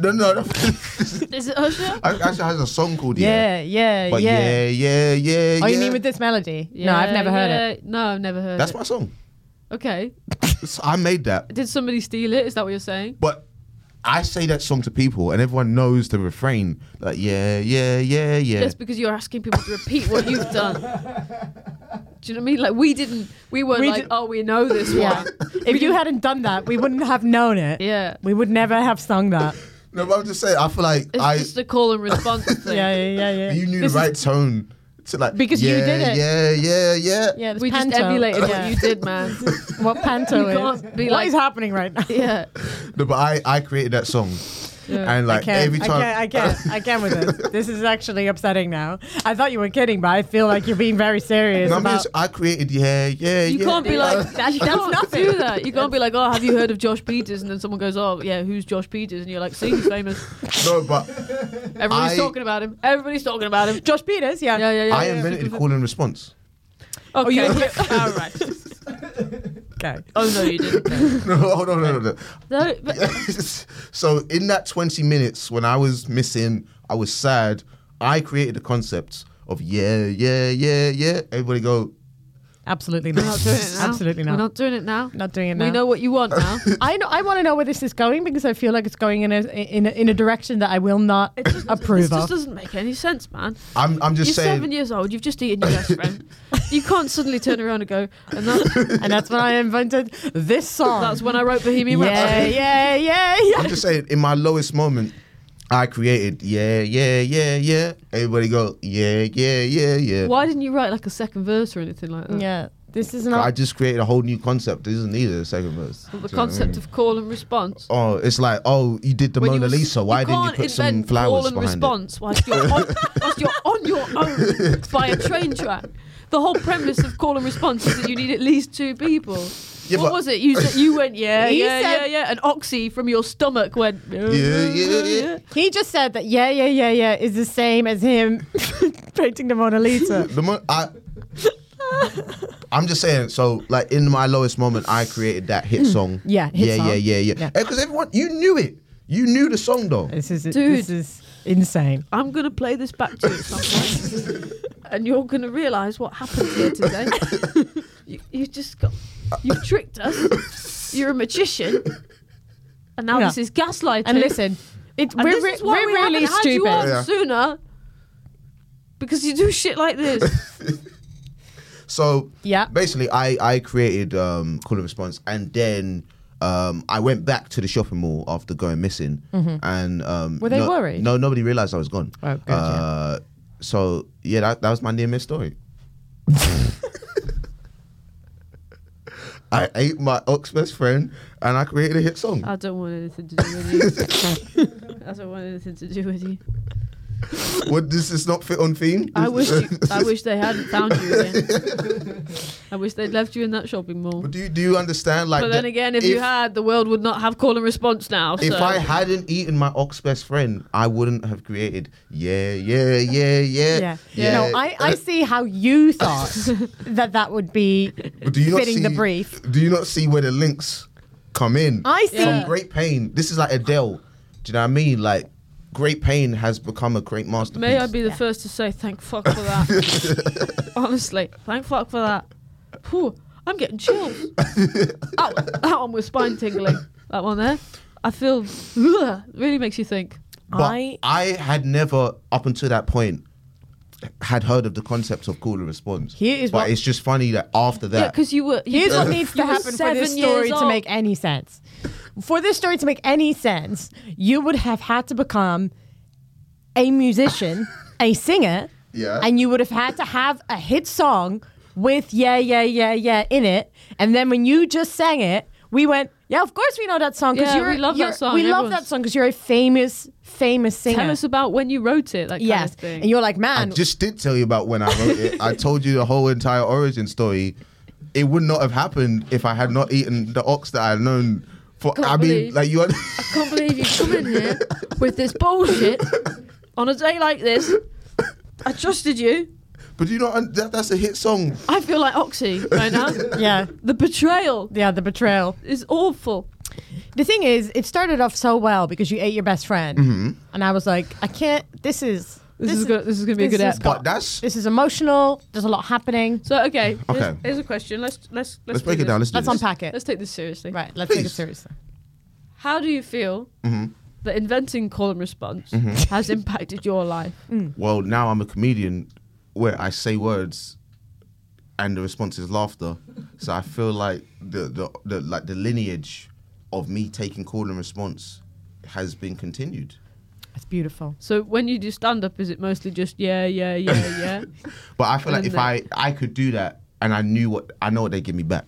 [SPEAKER 4] No, no. [laughs] no.
[SPEAKER 3] Is it [laughs] Usher?
[SPEAKER 4] I actually has a song called
[SPEAKER 1] Yeah, yeah,
[SPEAKER 4] But
[SPEAKER 1] yeah.
[SPEAKER 4] yeah, yeah, yeah.
[SPEAKER 1] Oh, you
[SPEAKER 4] yeah.
[SPEAKER 1] mean with this melody? no, I've never heard it.
[SPEAKER 3] yeah. No, I've never heard
[SPEAKER 4] That's
[SPEAKER 3] it.
[SPEAKER 4] my song.
[SPEAKER 3] Okay.
[SPEAKER 4] So I made that,
[SPEAKER 3] Did somebody steal it? Is that what you're saying?
[SPEAKER 4] but I say that song to people, and everyone knows the refrain. Like yeah, yeah, yeah, yeah.
[SPEAKER 3] Just because you're asking people to repeat
[SPEAKER 1] [laughs]
[SPEAKER 3] what you've done. Do you know what I mean? Like we didn't, we weren't
[SPEAKER 1] We
[SPEAKER 3] like,
[SPEAKER 1] did-
[SPEAKER 3] oh, we know this
[SPEAKER 1] Yeah.
[SPEAKER 3] one.
[SPEAKER 1] if you hadn't done that, we wouldn't have known it.
[SPEAKER 3] Yeah.
[SPEAKER 1] We would never have sung that.
[SPEAKER 4] no, but I'm just saying. I feel like
[SPEAKER 3] It's
[SPEAKER 4] I
[SPEAKER 3] just a call
[SPEAKER 1] [laughs]
[SPEAKER 3] and response thing.
[SPEAKER 1] Yeah, yeah, yeah.
[SPEAKER 4] you knew the
[SPEAKER 1] This
[SPEAKER 4] right
[SPEAKER 1] Is,
[SPEAKER 4] tone to like
[SPEAKER 1] Because you
[SPEAKER 4] yeah,
[SPEAKER 1] did it.
[SPEAKER 4] Yeah, yeah, yeah.
[SPEAKER 1] yeah, this
[SPEAKER 3] We just
[SPEAKER 1] panto.
[SPEAKER 3] emulated
[SPEAKER 1] Yeah.
[SPEAKER 3] what you did, man.
[SPEAKER 1] what panto
[SPEAKER 3] You
[SPEAKER 1] is.
[SPEAKER 3] can't be
[SPEAKER 1] what
[SPEAKER 3] like-
[SPEAKER 1] is happening right now? [laughs]
[SPEAKER 3] yeah.
[SPEAKER 4] No, but I I created that song, and
[SPEAKER 1] I
[SPEAKER 4] like
[SPEAKER 1] can't,
[SPEAKER 4] every
[SPEAKER 1] I
[SPEAKER 4] time
[SPEAKER 1] can't, I
[SPEAKER 4] [laughs]
[SPEAKER 1] can't, I can't with this. This is actually upsetting now. I thought you were kidding, but I feel like you're being very serious
[SPEAKER 4] No, I'm
[SPEAKER 1] about.
[SPEAKER 4] just- I created yeah, yeah,
[SPEAKER 3] You
[SPEAKER 4] yeah.
[SPEAKER 3] can't be like, you can't
[SPEAKER 1] nothing.
[SPEAKER 3] do that. You can't be like, oh, have you heard of Josh Peters? And then someone goes, oh, yeah, who's Josh Peters? And you're like, see, he's famous.
[SPEAKER 4] no, but
[SPEAKER 3] [laughs] Everybody's
[SPEAKER 4] I-
[SPEAKER 3] talking about him. Everybody's talking about him.
[SPEAKER 1] Josh Peters, yeah.
[SPEAKER 3] Yeah, yeah, yeah.
[SPEAKER 4] I
[SPEAKER 3] yeah.
[SPEAKER 4] invented call and response.
[SPEAKER 1] Oh,
[SPEAKER 3] [laughs]
[SPEAKER 1] you didn't
[SPEAKER 3] All right.
[SPEAKER 1] Okay.
[SPEAKER 3] Oh no, you didn't.
[SPEAKER 4] [laughs] No, hold on, no, no, no.
[SPEAKER 3] No, but
[SPEAKER 4] [laughs] so in that 20 minutes when I was missing, I was sad, I created the concept of yeah, yeah, yeah, yeah. Everybody go,
[SPEAKER 1] Absolutely
[SPEAKER 3] we're not
[SPEAKER 1] not.
[SPEAKER 3] doing it now.
[SPEAKER 1] Absolutely not.
[SPEAKER 3] We're not doing it now.
[SPEAKER 1] Not doing it now.
[SPEAKER 3] We know what you want now.
[SPEAKER 1] [laughs] I know, I want to know where this is going because I feel like it's going in a in a, in a direction that I will not approve
[SPEAKER 3] This just
[SPEAKER 1] of.
[SPEAKER 3] doesn't make any sense, man.
[SPEAKER 4] I'm I'm just
[SPEAKER 3] You're
[SPEAKER 4] saying
[SPEAKER 3] seven years old. You've just eaten your best
[SPEAKER 4] [laughs]
[SPEAKER 3] friend. You can't suddenly turn around and go. And that,
[SPEAKER 1] And that's when I invented this song.
[SPEAKER 3] that's when I wrote Bohemian
[SPEAKER 1] yeah,
[SPEAKER 3] Rhapsody.
[SPEAKER 1] yeah, yeah,
[SPEAKER 4] I'm
[SPEAKER 1] yeah.
[SPEAKER 4] just saying in my lowest moment I created yeah, yeah, yeah, yeah. Everybody go, yeah, yeah, yeah, yeah.
[SPEAKER 3] Why didn't you write like a second verse or anything like that?
[SPEAKER 1] Yeah, this is
[SPEAKER 4] I
[SPEAKER 1] not.
[SPEAKER 4] just created a whole new concept. It doesn't need a second verse. Do you know
[SPEAKER 3] The
[SPEAKER 4] what I
[SPEAKER 3] concept
[SPEAKER 4] mean?
[SPEAKER 3] of call and response.
[SPEAKER 4] Oh, it's like, oh, you did the
[SPEAKER 3] When you
[SPEAKER 4] Mona
[SPEAKER 3] was-
[SPEAKER 4] Lisa. Why didn't you
[SPEAKER 3] can't
[SPEAKER 4] put some
[SPEAKER 3] invent
[SPEAKER 4] flowers
[SPEAKER 3] call and
[SPEAKER 4] behind it?
[SPEAKER 3] response whilst you're, on, whilst you're on your
[SPEAKER 4] [laughs]
[SPEAKER 3] own by a train track. The whole premise of call and response is that you need at least two people.
[SPEAKER 4] Yeah,
[SPEAKER 3] what
[SPEAKER 4] but-
[SPEAKER 3] was it? You said you went yeah
[SPEAKER 1] He
[SPEAKER 3] yeah
[SPEAKER 1] said-
[SPEAKER 3] yeah yeah, and oxy from your stomach went yeah
[SPEAKER 4] yeah, yeah.
[SPEAKER 1] he just said that yeah, yeah, yeah, yeah is the same as him [laughs] painting the Mona Lisa.
[SPEAKER 4] The mo- I, I'm just saying. So, like in my lowest moment, I created that hit song.
[SPEAKER 1] Mm. Yeah, hit
[SPEAKER 4] yeah,
[SPEAKER 1] song.
[SPEAKER 4] yeah, yeah, yeah. Because everyone, you knew it. You knew the song though.
[SPEAKER 1] This is
[SPEAKER 3] Dude.
[SPEAKER 1] this is insane.
[SPEAKER 3] I'm gonna play this back to you at some point, and you're gonna realise what happened here today. you, you just got you tricked us. You're a magician, and now
[SPEAKER 1] Yeah.
[SPEAKER 3] this is gaslighting.
[SPEAKER 1] And listen, it,
[SPEAKER 3] And
[SPEAKER 1] we're
[SPEAKER 3] this
[SPEAKER 1] re-
[SPEAKER 3] is why
[SPEAKER 1] we're
[SPEAKER 3] we
[SPEAKER 1] really
[SPEAKER 3] haven't Had you on
[SPEAKER 1] stupid.
[SPEAKER 4] Yeah.
[SPEAKER 3] sooner because you do shit like this.
[SPEAKER 4] So
[SPEAKER 1] Yeah.
[SPEAKER 4] basically, I I created um, call and response, and then um, I went back to the shopping mall after going missing,
[SPEAKER 3] Mm-hmm.
[SPEAKER 4] and um,
[SPEAKER 1] Were they
[SPEAKER 4] no-
[SPEAKER 1] worried?
[SPEAKER 4] No, nobody realized I was gone.
[SPEAKER 1] Oh, good,
[SPEAKER 4] uh, so yeah, that, that was my near miss story. [laughs] I ate my ox best friend, and I created a hit song.
[SPEAKER 3] I don't want anything to do with you. I don't want anything to do with you.
[SPEAKER 4] What does this not fit on theme?
[SPEAKER 3] I wish you, I wish they hadn't found you again. I wish they'd left you in that shopping mall.
[SPEAKER 4] But do you, do you understand? Like,
[SPEAKER 3] But then
[SPEAKER 4] that
[SPEAKER 3] again, if, you had, the world would not have call and response now.
[SPEAKER 4] if
[SPEAKER 3] so. [laughs]
[SPEAKER 4] I hadn't eaten my ox best friend, I wouldn't have created. Yeah, yeah, yeah, yeah,
[SPEAKER 1] Yeah. No, I,
[SPEAKER 6] Uh,
[SPEAKER 1] I see how you thought that that would be
[SPEAKER 4] But do you not
[SPEAKER 1] fitting the
[SPEAKER 4] see-
[SPEAKER 1] brief.
[SPEAKER 4] Do you not see where the links come in?
[SPEAKER 1] I see.
[SPEAKER 4] From great pain, this is like Adele. Do you know what I mean? Like, great pain has become a great masterpiece.
[SPEAKER 3] May I be the first to say thank fuck for that. Honestly, thank fuck for that. Whew, I'm getting chills. Ow, that one was spine tingling. That one there. I feel really makes you think.
[SPEAKER 4] But
[SPEAKER 1] I-
[SPEAKER 4] I, had never, up until that point, had heard of the concept of call and response.
[SPEAKER 1] Here is
[SPEAKER 4] but
[SPEAKER 1] what-
[SPEAKER 4] it's just funny that after
[SPEAKER 3] Yeah,
[SPEAKER 4] that,
[SPEAKER 3] because you were. You,
[SPEAKER 1] Here's what
[SPEAKER 3] you
[SPEAKER 1] needs to
[SPEAKER 3] were
[SPEAKER 1] happen for this
[SPEAKER 3] seven years
[SPEAKER 1] story to
[SPEAKER 3] old.
[SPEAKER 1] make any sense. For this story to [laughs] make any sense, you would have had to become a musician
[SPEAKER 3] a singer,
[SPEAKER 4] Yeah.
[SPEAKER 3] and you would have had to have a hit song with yeah, yeah, yeah, yeah in it. And then when you just sang it, we went, yeah, of course we know that song because
[SPEAKER 1] Yeah,
[SPEAKER 3] you're
[SPEAKER 1] we love that
[SPEAKER 3] you're-
[SPEAKER 1] song.
[SPEAKER 3] We love
[SPEAKER 1] Everyone's-
[SPEAKER 3] that song because you're a famous, famous singer.
[SPEAKER 1] Tell us about when you wrote it. That
[SPEAKER 3] yes,
[SPEAKER 1] kind of thing.
[SPEAKER 3] and you're like, [laughs]
[SPEAKER 4] I
[SPEAKER 3] man,
[SPEAKER 4] just did tell you about when I wrote it. I told you the whole entire origin story. It would not have happened if I had not eaten the ox that I had known for.
[SPEAKER 1] Can't
[SPEAKER 4] I mean,
[SPEAKER 1] believe-
[SPEAKER 4] like you. Had,
[SPEAKER 1] I can't believe you come in here with this bullshit on a day like this. I trusted you.
[SPEAKER 4] [laughs] but you know and that, that's a hit song.
[SPEAKER 1] I feel like Oxy right now.
[SPEAKER 3] yeah,
[SPEAKER 1] the betrayal
[SPEAKER 3] yeah, the betrayal.
[SPEAKER 1] is awful.
[SPEAKER 3] The thing is, it started off so well because you ate your best friend,
[SPEAKER 4] Mm-hmm.
[SPEAKER 3] and I was like, I can't. This is
[SPEAKER 1] This, is, go- this is gonna be a
[SPEAKER 3] this
[SPEAKER 1] good
[SPEAKER 3] is
[SPEAKER 1] app.
[SPEAKER 4] But that's
[SPEAKER 3] This is emotional. There's a lot happening.
[SPEAKER 1] So okay,
[SPEAKER 4] Okay.
[SPEAKER 1] Here's, here's a question. Let's let's let's,
[SPEAKER 4] let's
[SPEAKER 1] do
[SPEAKER 4] break it
[SPEAKER 1] this.
[SPEAKER 4] down. Let's do
[SPEAKER 3] Let's
[SPEAKER 4] this.
[SPEAKER 3] unpack it.
[SPEAKER 1] Let's take this seriously.
[SPEAKER 3] right, let's take it
[SPEAKER 4] Please.
[SPEAKER 3] seriously.
[SPEAKER 1] How do you feel
[SPEAKER 4] Mm-hmm.
[SPEAKER 1] that inventing call and response [laughs] has impacted your life?
[SPEAKER 4] Well, now I'm a comedian where I say words and the response is laughter. So I feel like the, the, the like the lineage of me taking call and response has been continued.
[SPEAKER 3] That's beautiful.
[SPEAKER 1] So when you do stand up, is it mostly just yeah, yeah,
[SPEAKER 4] [laughs]
[SPEAKER 1] yeah, yeah?
[SPEAKER 4] But I feel like
[SPEAKER 1] And
[SPEAKER 4] if I I could do that and I knew what I know what they give me back.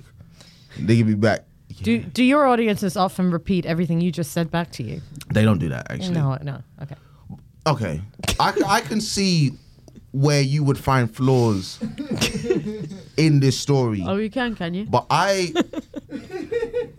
[SPEAKER 4] They give me back.
[SPEAKER 3] Do do your audiences often repeat everything you just said back to you?
[SPEAKER 4] They don't do that
[SPEAKER 1] Mm.
[SPEAKER 4] actually.
[SPEAKER 3] No, no. Okay.
[SPEAKER 4] Okay. I, c- I can see where you would find flaws in this story.
[SPEAKER 1] oh, you can, can you?
[SPEAKER 4] But I,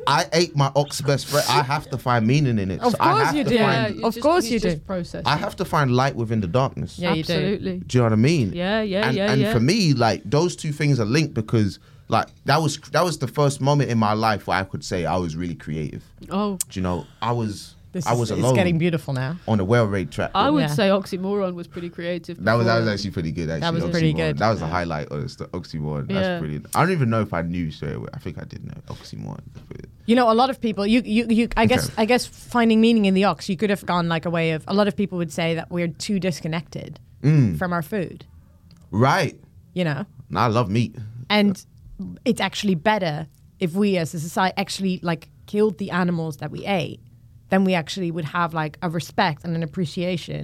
[SPEAKER 4] I ate my ox best friend. I have to find meaning in it.
[SPEAKER 3] Of
[SPEAKER 4] So I
[SPEAKER 3] course
[SPEAKER 4] have
[SPEAKER 3] you
[SPEAKER 4] to
[SPEAKER 3] do.
[SPEAKER 1] yeah,
[SPEAKER 4] Find,
[SPEAKER 1] you
[SPEAKER 3] Of
[SPEAKER 1] just-
[SPEAKER 3] course
[SPEAKER 1] you
[SPEAKER 3] you do.
[SPEAKER 1] Just process.
[SPEAKER 4] I have to find light within the darkness.
[SPEAKER 3] Yeah, you do.
[SPEAKER 1] Absolutely.
[SPEAKER 4] Do you know what I mean?
[SPEAKER 1] Yeah, yeah,
[SPEAKER 4] and,
[SPEAKER 1] yeah,
[SPEAKER 4] And
[SPEAKER 1] yeah.
[SPEAKER 4] for me, like those two things are linked because, like, that was that was the first moment in my life where I could say I was really creative.
[SPEAKER 1] Oh,
[SPEAKER 4] Do you know? I was
[SPEAKER 3] This
[SPEAKER 4] I was
[SPEAKER 3] is,
[SPEAKER 4] alone
[SPEAKER 3] It's getting beautiful now.
[SPEAKER 4] on a railroad track.
[SPEAKER 1] I would
[SPEAKER 3] Yeah.
[SPEAKER 1] say oxymoron was pretty creative.
[SPEAKER 4] that was that was
[SPEAKER 1] before.
[SPEAKER 4] actually pretty good. Actually,
[SPEAKER 3] was pretty
[SPEAKER 4] Oxymoron.
[SPEAKER 3] good.
[SPEAKER 4] That was the highlight of the oxymoron.
[SPEAKER 1] Yeah.
[SPEAKER 4] That's pretty. I don't even know if I knew straight away. I think I did know oxymoron. But-
[SPEAKER 3] You know, a lot of people. You, you, you. I guess,
[SPEAKER 4] Okay.
[SPEAKER 3] I guess, finding meaning in the ox. You could have gone like a way of. A lot of people would say that we're too disconnected
[SPEAKER 4] Mm.
[SPEAKER 3] from our food.
[SPEAKER 4] Right.
[SPEAKER 3] You know,
[SPEAKER 4] And I love meat.
[SPEAKER 3] and it's actually better if we as a society actually like killed the animals that we ate then we actually would have like a respect and an appreciation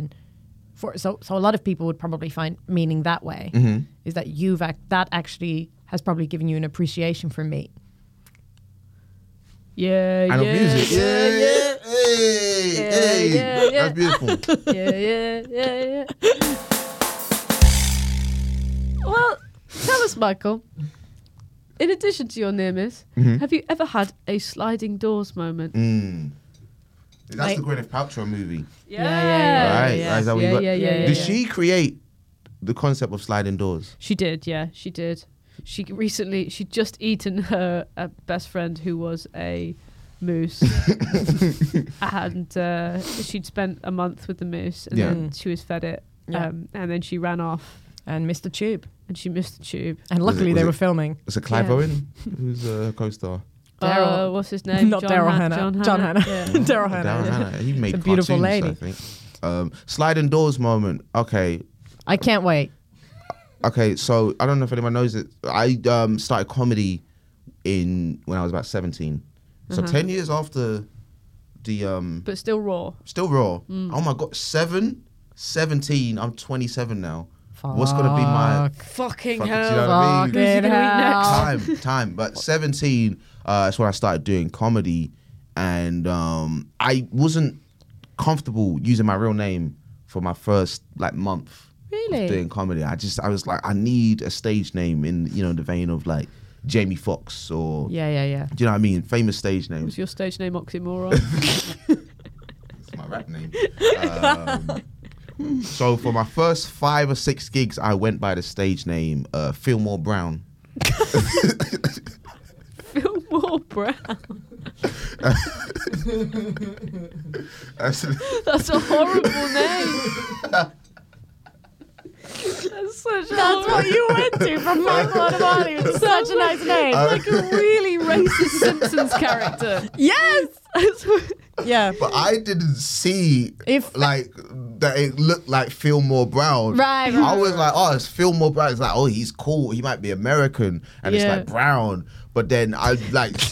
[SPEAKER 3] for so so a lot of people would probably find meaning that way
[SPEAKER 4] Mm-hmm.
[SPEAKER 3] is that you've act, that actually has probably given you an appreciation for meat
[SPEAKER 1] Yeah,
[SPEAKER 4] And
[SPEAKER 1] yeah,
[SPEAKER 4] of music.
[SPEAKER 1] yeah, yeah.
[SPEAKER 4] Hey, hey.
[SPEAKER 1] yeah, yeah.
[SPEAKER 4] That's beautiful.
[SPEAKER 1] [laughs] yeah, yeah, yeah, yeah. well, tell us, Michael. In addition to your near miss,
[SPEAKER 4] Mm-hmm.
[SPEAKER 1] have you ever had a sliding doors moment?
[SPEAKER 4] Mm. That's the Gwyneth Paltrow movie.
[SPEAKER 1] Yeah, yeah,
[SPEAKER 4] right. right, is that what you
[SPEAKER 1] Yeah,
[SPEAKER 4] got?
[SPEAKER 1] yeah, yeah, yeah,
[SPEAKER 4] Did
[SPEAKER 1] yeah.
[SPEAKER 4] she create the concept of sliding doors?
[SPEAKER 1] She did, yeah, she did. She recently, she'd just eaten her uh, best friend who was a
[SPEAKER 4] [laughs]
[SPEAKER 1] moose. and uh, she'd spent a month with the moose and
[SPEAKER 4] Yeah.
[SPEAKER 1] then
[SPEAKER 3] Mm.
[SPEAKER 1] she was fed it.
[SPEAKER 3] Yeah.
[SPEAKER 1] Um, and then she ran off
[SPEAKER 3] and mr tube
[SPEAKER 1] and she missed the tube.
[SPEAKER 3] and
[SPEAKER 4] Was it-
[SPEAKER 3] luckily
[SPEAKER 4] was
[SPEAKER 3] they
[SPEAKER 4] it-
[SPEAKER 3] were filming
[SPEAKER 4] It's a Clive
[SPEAKER 1] Yeah.
[SPEAKER 4] Owen, who's a co-star.
[SPEAKER 1] Uh,
[SPEAKER 3] Daryl.
[SPEAKER 1] what's his name?
[SPEAKER 3] Not Daryl
[SPEAKER 1] Han-
[SPEAKER 3] Hannah. John Hannah.
[SPEAKER 1] Yeah.
[SPEAKER 3] [laughs] Daryl
[SPEAKER 4] Darren
[SPEAKER 3] Hannah.
[SPEAKER 4] Hannah. He made
[SPEAKER 3] It's a beautiful
[SPEAKER 4] cartoons,
[SPEAKER 3] lady.
[SPEAKER 4] I think. Um, sliding doors moment. Okay,
[SPEAKER 3] i can't wait
[SPEAKER 4] okay. So I don't know if anyone knows it. I um, started comedy in when I was about seventeen. So
[SPEAKER 1] Uh-huh.
[SPEAKER 4] ten years after the um,
[SPEAKER 1] but still raw. Mm.
[SPEAKER 4] Still raw. Oh my god, seven, 17. I'm 27 now. What's gonna be my
[SPEAKER 1] Fucking
[SPEAKER 4] Fuck, do you know what I mean?
[SPEAKER 1] Who's he gonna eat next?
[SPEAKER 4] time? Time, but 17. Uh, that's when I started doing comedy, and um, I wasn't comfortable using my real name for my first like month.
[SPEAKER 3] Really?
[SPEAKER 4] Of doing comedy, I just I was like, I need a stage name in you know the vein of like Jamie Foxx or
[SPEAKER 3] yeah yeah
[SPEAKER 1] [laughs]
[SPEAKER 3] yeah
[SPEAKER 4] do you know what I mean? Famous stage names.
[SPEAKER 1] Was your stage name
[SPEAKER 4] [laughs]
[SPEAKER 1] oxymoron?
[SPEAKER 4] It's my rap name. Um, so for my first five or six gigs, I went by the stage name uh, Fillmore Brown.
[SPEAKER 1] Fillmore Brown.
[SPEAKER 4] That's- [laughs]
[SPEAKER 1] That's a horrible name. That's such a
[SPEAKER 3] that's what
[SPEAKER 1] horrible-
[SPEAKER 3] you went to from
[SPEAKER 4] [laughs]
[SPEAKER 3] michael Adamani. It's such a nice name
[SPEAKER 4] Uh,
[SPEAKER 1] like a really racist Simpsons character.
[SPEAKER 3] yes
[SPEAKER 1] That's what-
[SPEAKER 3] [laughs] yeah
[SPEAKER 4] but I didn't see
[SPEAKER 3] If-
[SPEAKER 4] like that it looked like Fillmore Brown.
[SPEAKER 3] Right, right,
[SPEAKER 4] I was like, oh, it's Fillmore Brown. It's like, oh, he's cool. He might be American, and it's
[SPEAKER 1] Yeah.
[SPEAKER 4] like Brown. But then I
[SPEAKER 1] [laughs]
[SPEAKER 4] like. [laughs]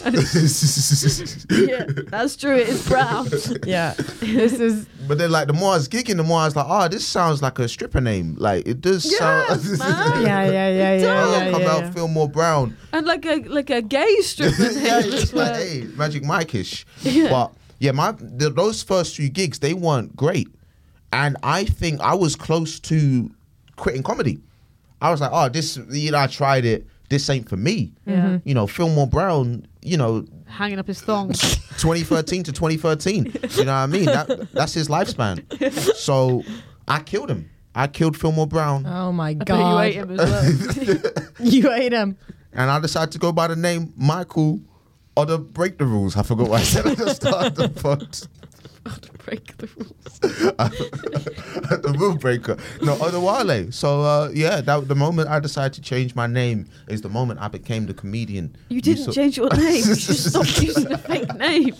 [SPEAKER 1] yeah, that's true. It is brown.
[SPEAKER 3] yeah, this is
[SPEAKER 4] But then, like, the more I was gigging, the more I was like, oh, this sounds like a stripper name. Like, it does sound. [laughs]
[SPEAKER 1] Ah.
[SPEAKER 3] yeah, yeah, yeah, yeah, yeah, yeah,
[SPEAKER 4] come
[SPEAKER 3] yeah.
[SPEAKER 4] out Fillmore Brown.
[SPEAKER 1] [laughs] and like a like a gay stripper.
[SPEAKER 4] yeah,
[SPEAKER 1] name
[SPEAKER 4] it's
[SPEAKER 1] as
[SPEAKER 4] like,
[SPEAKER 1] well.
[SPEAKER 4] hey, Magic Mike-ish.
[SPEAKER 1] Yeah.
[SPEAKER 4] But yeah, my the, those first few gigs they weren't great, and I think I was close to quitting comedy. I was like, oh, this you know I tried it. This ain't for me.
[SPEAKER 1] Yeah.
[SPEAKER 4] You know, Fillmore Brown. You know,
[SPEAKER 1] Hanging up his
[SPEAKER 4] [laughs]
[SPEAKER 1] thong.
[SPEAKER 4] 2013 to 2013. You know what I mean? That, that's his lifespan. So I killed him. I killed Fillmore Brown,
[SPEAKER 3] Oh my
[SPEAKER 1] But you
[SPEAKER 3] god,
[SPEAKER 1] ate him as well.
[SPEAKER 3] [laughs] you ate him.
[SPEAKER 4] and I decided to go by the name Michael. Or the break the rules. I forgot what I said at the start of the pod. [laughs]
[SPEAKER 1] Break the rules.
[SPEAKER 4] the rule breaker. No, Odawale. So uh, yeah, that the moment I decided to change my name is the moment I became the comedian.
[SPEAKER 1] You didn't
[SPEAKER 4] saw-
[SPEAKER 1] change
[SPEAKER 4] [laughs]
[SPEAKER 1] your name. You just stopped using a fake name.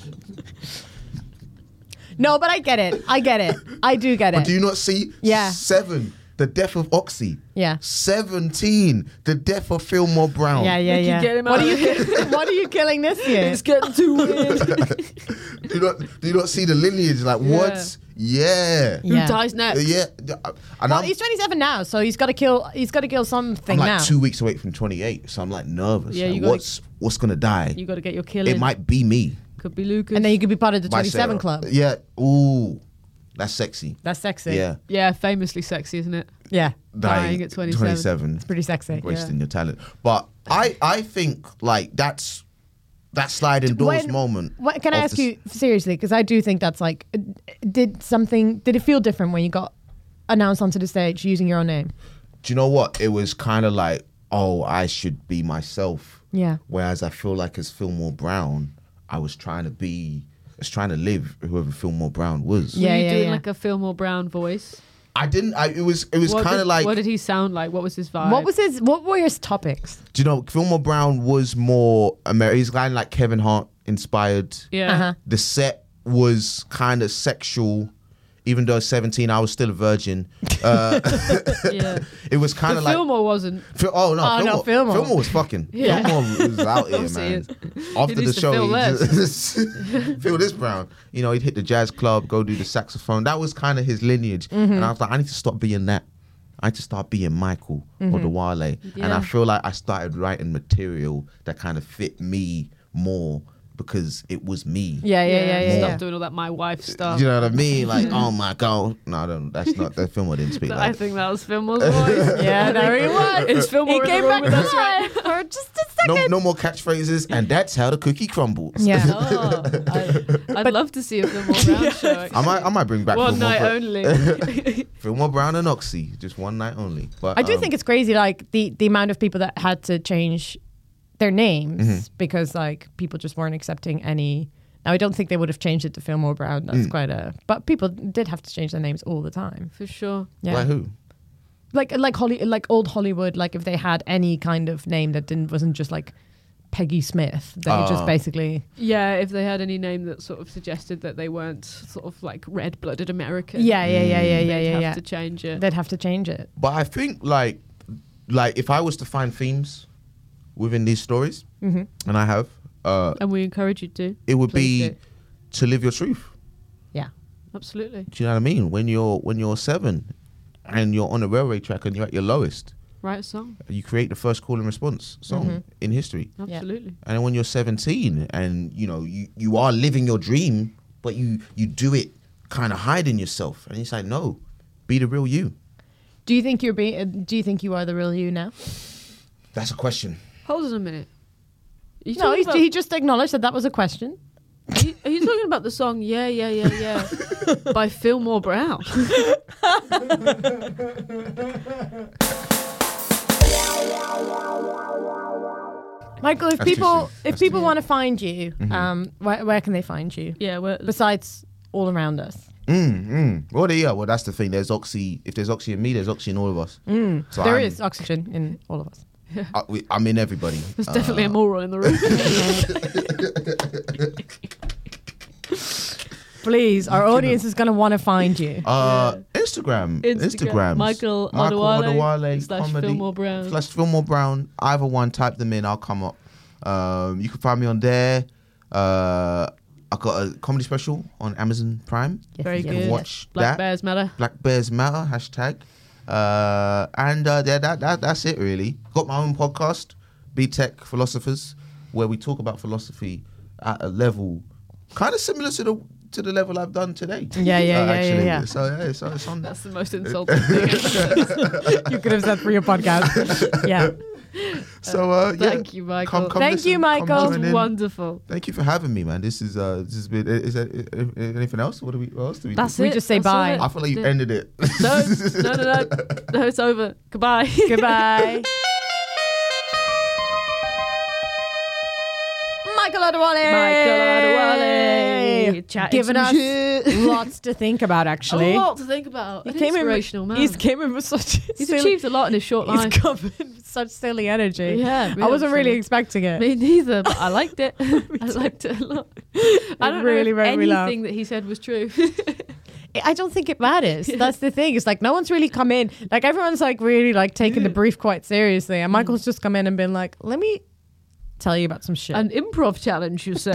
[SPEAKER 3] No, but I get it. I get it. I do get it.
[SPEAKER 4] But do you not see?
[SPEAKER 3] Yeah.
[SPEAKER 4] Seven. The death of Oxy.
[SPEAKER 3] Yeah.
[SPEAKER 4] Seventeen. The death of Fillmore Brown.
[SPEAKER 3] yeah, yeah,
[SPEAKER 1] You can
[SPEAKER 3] yeah.
[SPEAKER 1] get him
[SPEAKER 3] what
[SPEAKER 1] out
[SPEAKER 3] are you?
[SPEAKER 1] of here.
[SPEAKER 3] [laughs] what are you killing this
[SPEAKER 4] [laughs]
[SPEAKER 3] year?
[SPEAKER 1] It's getting too weird.
[SPEAKER 4] Do you not do you not see the lineage? Like
[SPEAKER 1] Yeah.
[SPEAKER 4] what? Yeah.
[SPEAKER 3] Yeah.
[SPEAKER 1] Who dies
[SPEAKER 4] Uh,
[SPEAKER 1] next?
[SPEAKER 4] Yeah. And
[SPEAKER 3] Well,
[SPEAKER 4] I'm,
[SPEAKER 3] he's 27 now, so he's got to kill. He's got to kill something
[SPEAKER 4] I'm
[SPEAKER 3] now.
[SPEAKER 4] like two weeks away from 28, so I'm like nervous.
[SPEAKER 1] Yeah,
[SPEAKER 4] Like,
[SPEAKER 1] you gotta-
[SPEAKER 4] what's what's gonna die?
[SPEAKER 1] You got to get your killing.
[SPEAKER 4] it might be me.
[SPEAKER 1] Could be Lucas.
[SPEAKER 3] and then you could be part of the
[SPEAKER 4] by
[SPEAKER 3] 27
[SPEAKER 4] Sarah.
[SPEAKER 3] club.
[SPEAKER 4] Yeah. Ooh, that's sexy.
[SPEAKER 3] That's sexy.
[SPEAKER 4] Yeah.
[SPEAKER 1] yeah, famously sexy, isn't it?
[SPEAKER 3] Yeah.
[SPEAKER 1] Dying at 27.
[SPEAKER 4] 27,
[SPEAKER 3] Pretty sexy.
[SPEAKER 4] wasting your talent. But I, I think like that's that sliding doors
[SPEAKER 3] When-
[SPEAKER 4] moment.
[SPEAKER 3] What, can I
[SPEAKER 4] of
[SPEAKER 3] ask
[SPEAKER 4] the-
[SPEAKER 3] you seriously? Because I do think that's like, uh, did something? Did it feel different when you got announced onto the stage using your own name?
[SPEAKER 4] Do you know what? It was kind of like, oh, I should be myself.
[SPEAKER 3] Yeah.
[SPEAKER 4] Whereas I feel like as Fillmore Brown, I was trying to be, I was trying to live whoever Fillmore Brown was.
[SPEAKER 3] Yeah,
[SPEAKER 1] Were you
[SPEAKER 3] yeah,
[SPEAKER 1] doing
[SPEAKER 3] yeah.
[SPEAKER 1] like a Fillmore Brown voice?
[SPEAKER 4] I didn't. I, it was. It was
[SPEAKER 1] What
[SPEAKER 4] kind
[SPEAKER 1] did-
[SPEAKER 4] of like.
[SPEAKER 1] What did he sound like? What was his vibe?
[SPEAKER 3] What was his? What were his topics?
[SPEAKER 4] do you know? Fillmore Brown was more American. He's kind of like Kevin Hart inspired.
[SPEAKER 1] Yeah.
[SPEAKER 4] the set was kind of sexual even though I was 17 i was still a virgin uh,
[SPEAKER 1] [laughs] yeah.
[SPEAKER 4] [laughs] it was kind
[SPEAKER 1] But
[SPEAKER 4] of like
[SPEAKER 1] Fillmore wasn't.
[SPEAKER 4] Fi- oh no
[SPEAKER 3] Oh,
[SPEAKER 4] Fillmore,
[SPEAKER 3] no, Fillmore.
[SPEAKER 4] was fucking
[SPEAKER 1] Yeah.
[SPEAKER 4] Fillmore was
[SPEAKER 1] [laughs]
[SPEAKER 4] out here
[SPEAKER 1] Obviously
[SPEAKER 4] man
[SPEAKER 1] he is.
[SPEAKER 4] after
[SPEAKER 1] He
[SPEAKER 4] the
[SPEAKER 1] needs to
[SPEAKER 4] show
[SPEAKER 1] fill
[SPEAKER 4] he just [laughs] feel this brown you know he'd hit the jazz club go do the saxophone that was kind of his lineage
[SPEAKER 3] Mm-hmm.
[SPEAKER 4] and I was like I need to stop being that I need to start being Michael or
[SPEAKER 3] Mm-hmm.
[SPEAKER 4] the Wale and I
[SPEAKER 1] Yeah.
[SPEAKER 4] feel like I started writing material that kind of fit me more because it was me
[SPEAKER 3] Yeah, yeah, yeah, yeah.
[SPEAKER 1] Stop
[SPEAKER 3] yeah.
[SPEAKER 1] doing all that my wife stuff.
[SPEAKER 4] you know what I mean?
[SPEAKER 3] Mm-hmm.
[SPEAKER 4] Like, oh my god, no, I don't. That's not that film. I didn't speak
[SPEAKER 1] I
[SPEAKER 4] like.
[SPEAKER 1] think that was [laughs] Fillmore's voice.
[SPEAKER 3] [laughs] Yeah, there he was.
[SPEAKER 1] [laughs] It's Fillmore.
[SPEAKER 3] He
[SPEAKER 1] in the
[SPEAKER 3] came
[SPEAKER 1] room
[SPEAKER 3] back
[SPEAKER 1] with us.
[SPEAKER 3] alive [laughs] for just a second.
[SPEAKER 4] No, no more catchphrases, and that's how the cookie crumbles. [laughs]
[SPEAKER 3] Yeah.
[SPEAKER 1] Oh, I, I'd love to see a Fillmore Brown show.
[SPEAKER 4] I
[SPEAKER 1] actually.
[SPEAKER 4] might, I might bring back
[SPEAKER 1] One
[SPEAKER 4] Fillmore
[SPEAKER 1] night
[SPEAKER 4] Bra-
[SPEAKER 1] only.
[SPEAKER 4] [laughs] Fillmore Brown and Oxy, just one night only. But
[SPEAKER 3] I do
[SPEAKER 4] um,
[SPEAKER 3] think it's crazy, like the the amount of people that had to change their names because like people just weren't accepting any. Now I don't think they would have changed it to Fillmore Brown. That's quite a. But people did have to change their names all the time.
[SPEAKER 1] For sure.
[SPEAKER 3] Yeah,
[SPEAKER 4] Like who?
[SPEAKER 3] like like Holly, like old Hollywood. Like if they had any kind of name that didn't wasn't just like Peggy Smith, they just basically
[SPEAKER 1] Yeah, if they had any name that sort of suggested that they weren't sort of like red blooded American.
[SPEAKER 3] yeah yeah yeah yeah yeah
[SPEAKER 1] they'd
[SPEAKER 3] yeah
[SPEAKER 1] have
[SPEAKER 3] yeah.
[SPEAKER 1] to change it.
[SPEAKER 3] They'd have to change it.
[SPEAKER 4] But I think like, like if I was to find themes within these stories, and I have, uh,
[SPEAKER 1] Mm-hmm. and we encourage you to.
[SPEAKER 4] it would
[SPEAKER 1] Please
[SPEAKER 4] be
[SPEAKER 1] do.
[SPEAKER 4] to live your truth.
[SPEAKER 3] Yeah,
[SPEAKER 1] Absolutely.
[SPEAKER 4] Do you know what I mean? When you're when you're seven, and you're on a railway track and you're at your lowest,
[SPEAKER 1] Write a song.
[SPEAKER 4] you create the first call and response song in history.
[SPEAKER 1] Mm-hmm. Absolutely.
[SPEAKER 4] And then when you're 17 and you know you, you are living your dream, but you you do it kind of hiding yourself, and it's like no, be the real you.
[SPEAKER 3] do you think you're being? Do you think you are the real you now?
[SPEAKER 4] That's a question.
[SPEAKER 1] Hold on a minute. Are you
[SPEAKER 3] No,
[SPEAKER 1] talking
[SPEAKER 3] he,
[SPEAKER 1] about,
[SPEAKER 3] he just acknowledged that that was a question.
[SPEAKER 1] are you- are you talking about the song Yeah, Yeah, Yeah,
[SPEAKER 3] [laughs]
[SPEAKER 1] Yeah by Fillmore Brown?
[SPEAKER 3] Michael, if
[SPEAKER 4] That's too
[SPEAKER 3] people
[SPEAKER 4] soon. Mm-hmm.
[SPEAKER 3] if people want to find you, um, where, where can they find you?
[SPEAKER 1] Yeah, well,
[SPEAKER 3] Besides all around us,
[SPEAKER 4] Mm, mm. Well, yeah. Well, that's the thing. There's oxy. If there's oxy in me, there's oxy in all of us. Mm. So
[SPEAKER 3] there
[SPEAKER 4] I'm,
[SPEAKER 3] is oxygen in all of us.
[SPEAKER 4] I, we- I'm in everybody. Uh,
[SPEAKER 1] there's definitely a moron in the room.
[SPEAKER 3] please. Our audience is going to want to find you.
[SPEAKER 4] Uh, Instagram.
[SPEAKER 1] Instagram.
[SPEAKER 4] Instagram.
[SPEAKER 1] Michael Adewale slash Fillmore Brown.
[SPEAKER 4] Slash Fillmore Brown. Either one, type them in. I'll come up. Um, you can find me on there. Uh, I got a comedy special on Amazon Prime.
[SPEAKER 1] Very
[SPEAKER 4] you
[SPEAKER 1] good.
[SPEAKER 4] Can watch
[SPEAKER 1] Black
[SPEAKER 4] that.
[SPEAKER 1] Bears
[SPEAKER 4] [laughs]
[SPEAKER 1] Matter.
[SPEAKER 4] Black Bears Matter hashtag. Uh, and uh, yeah, that, that that's it really. Got my own podcast, B Tech Philosophers, where we talk about philosophy at a level kind of similar to the to the level I've done today. Uh,
[SPEAKER 3] Yeah, yeah, yeah, yeah,
[SPEAKER 4] actually.
[SPEAKER 3] yeah.
[SPEAKER 4] So yeah, so it's on.
[SPEAKER 1] That's the most insulting thing.
[SPEAKER 3] you could have said for your
[SPEAKER 4] [laughs]
[SPEAKER 3] podcast. Yeah.
[SPEAKER 4] So uh, yeah,
[SPEAKER 1] Thank you, Michael.
[SPEAKER 4] Come, come
[SPEAKER 3] Thank
[SPEAKER 4] listen,
[SPEAKER 3] you,
[SPEAKER 4] come
[SPEAKER 3] Michael.
[SPEAKER 4] join
[SPEAKER 1] That's
[SPEAKER 4] in.
[SPEAKER 1] wonderful.
[SPEAKER 4] Thank you for having me, man. This is uh, this has been. Is that i- i- anything else? What do we? What else do we?
[SPEAKER 1] That's
[SPEAKER 4] do?
[SPEAKER 3] We
[SPEAKER 1] it.
[SPEAKER 3] just say
[SPEAKER 1] That's all
[SPEAKER 3] bye.
[SPEAKER 1] it.
[SPEAKER 4] I feel like you
[SPEAKER 1] Yeah.
[SPEAKER 4] ended it.
[SPEAKER 1] No, no, no, no,
[SPEAKER 4] [laughs]
[SPEAKER 1] no. It's over. Goodbye.
[SPEAKER 3] Goodbye. Michael Adewale.
[SPEAKER 1] Michael Adewale. Chatting
[SPEAKER 3] Giving
[SPEAKER 1] some
[SPEAKER 3] us
[SPEAKER 1] shit.
[SPEAKER 3] [laughs] lots to think about,
[SPEAKER 1] A
[SPEAKER 3] actually.
[SPEAKER 1] lot to think about.
[SPEAKER 3] He
[SPEAKER 1] Oh, An
[SPEAKER 3] came in with-
[SPEAKER 1] inspirational man.
[SPEAKER 3] He's came in with such.
[SPEAKER 1] He's
[SPEAKER 3] silly-
[SPEAKER 1] achieved a lot in his short
[SPEAKER 3] He's
[SPEAKER 1] life.
[SPEAKER 3] come in with such silly energy.
[SPEAKER 1] Yeah,
[SPEAKER 3] I
[SPEAKER 1] real
[SPEAKER 3] wasn't really
[SPEAKER 1] silly.
[SPEAKER 3] expecting it. [laughs]
[SPEAKER 1] Me neither, but I liked it. I liked it a lot. I don't
[SPEAKER 3] really
[SPEAKER 1] know if
[SPEAKER 3] made me laugh.
[SPEAKER 1] anything that he said was true. [laughs]
[SPEAKER 3] I don't think it matters. That's the thing. It's like no one's really come in. Like everyone's like really like taking the brief quite seriously,
[SPEAKER 1] Mm.
[SPEAKER 3] and Michael's just come in and been like, "Let me tell you about some shit."
[SPEAKER 1] An improv challenge, you say.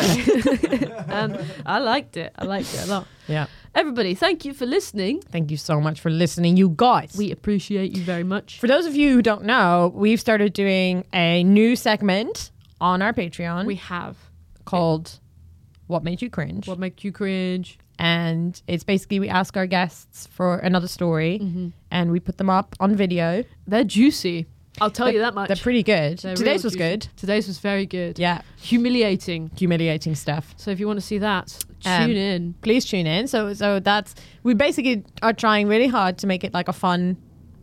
[SPEAKER 1] [laughs] and I liked it. I liked it a lot.
[SPEAKER 3] yeah.
[SPEAKER 1] Everybody, thank you for listening.
[SPEAKER 3] Thank you so much for listening, you guys.
[SPEAKER 1] We appreciate you very much.
[SPEAKER 3] for those of you who don't know, we've started doing a new segment on our Patreon
[SPEAKER 1] we have
[SPEAKER 3] called "What Made You Cringe,"
[SPEAKER 1] what make you cringe.
[SPEAKER 3] and it's basically we ask our guests for another story,
[SPEAKER 1] Mm-hmm.
[SPEAKER 3] and we put them up on video.
[SPEAKER 1] They're juicy. I'll tell you that much.
[SPEAKER 3] They're pretty good.
[SPEAKER 1] They're
[SPEAKER 3] Today's
[SPEAKER 1] real
[SPEAKER 3] was
[SPEAKER 1] juicy.
[SPEAKER 3] good.
[SPEAKER 1] Today's was very good.
[SPEAKER 3] Yeah,
[SPEAKER 1] Humiliating.
[SPEAKER 3] humiliating stuff.
[SPEAKER 1] So if you want to see that, tune
[SPEAKER 3] Um,
[SPEAKER 1] in.
[SPEAKER 3] please tune in. So so that's we basically are trying really hard to make it like a fun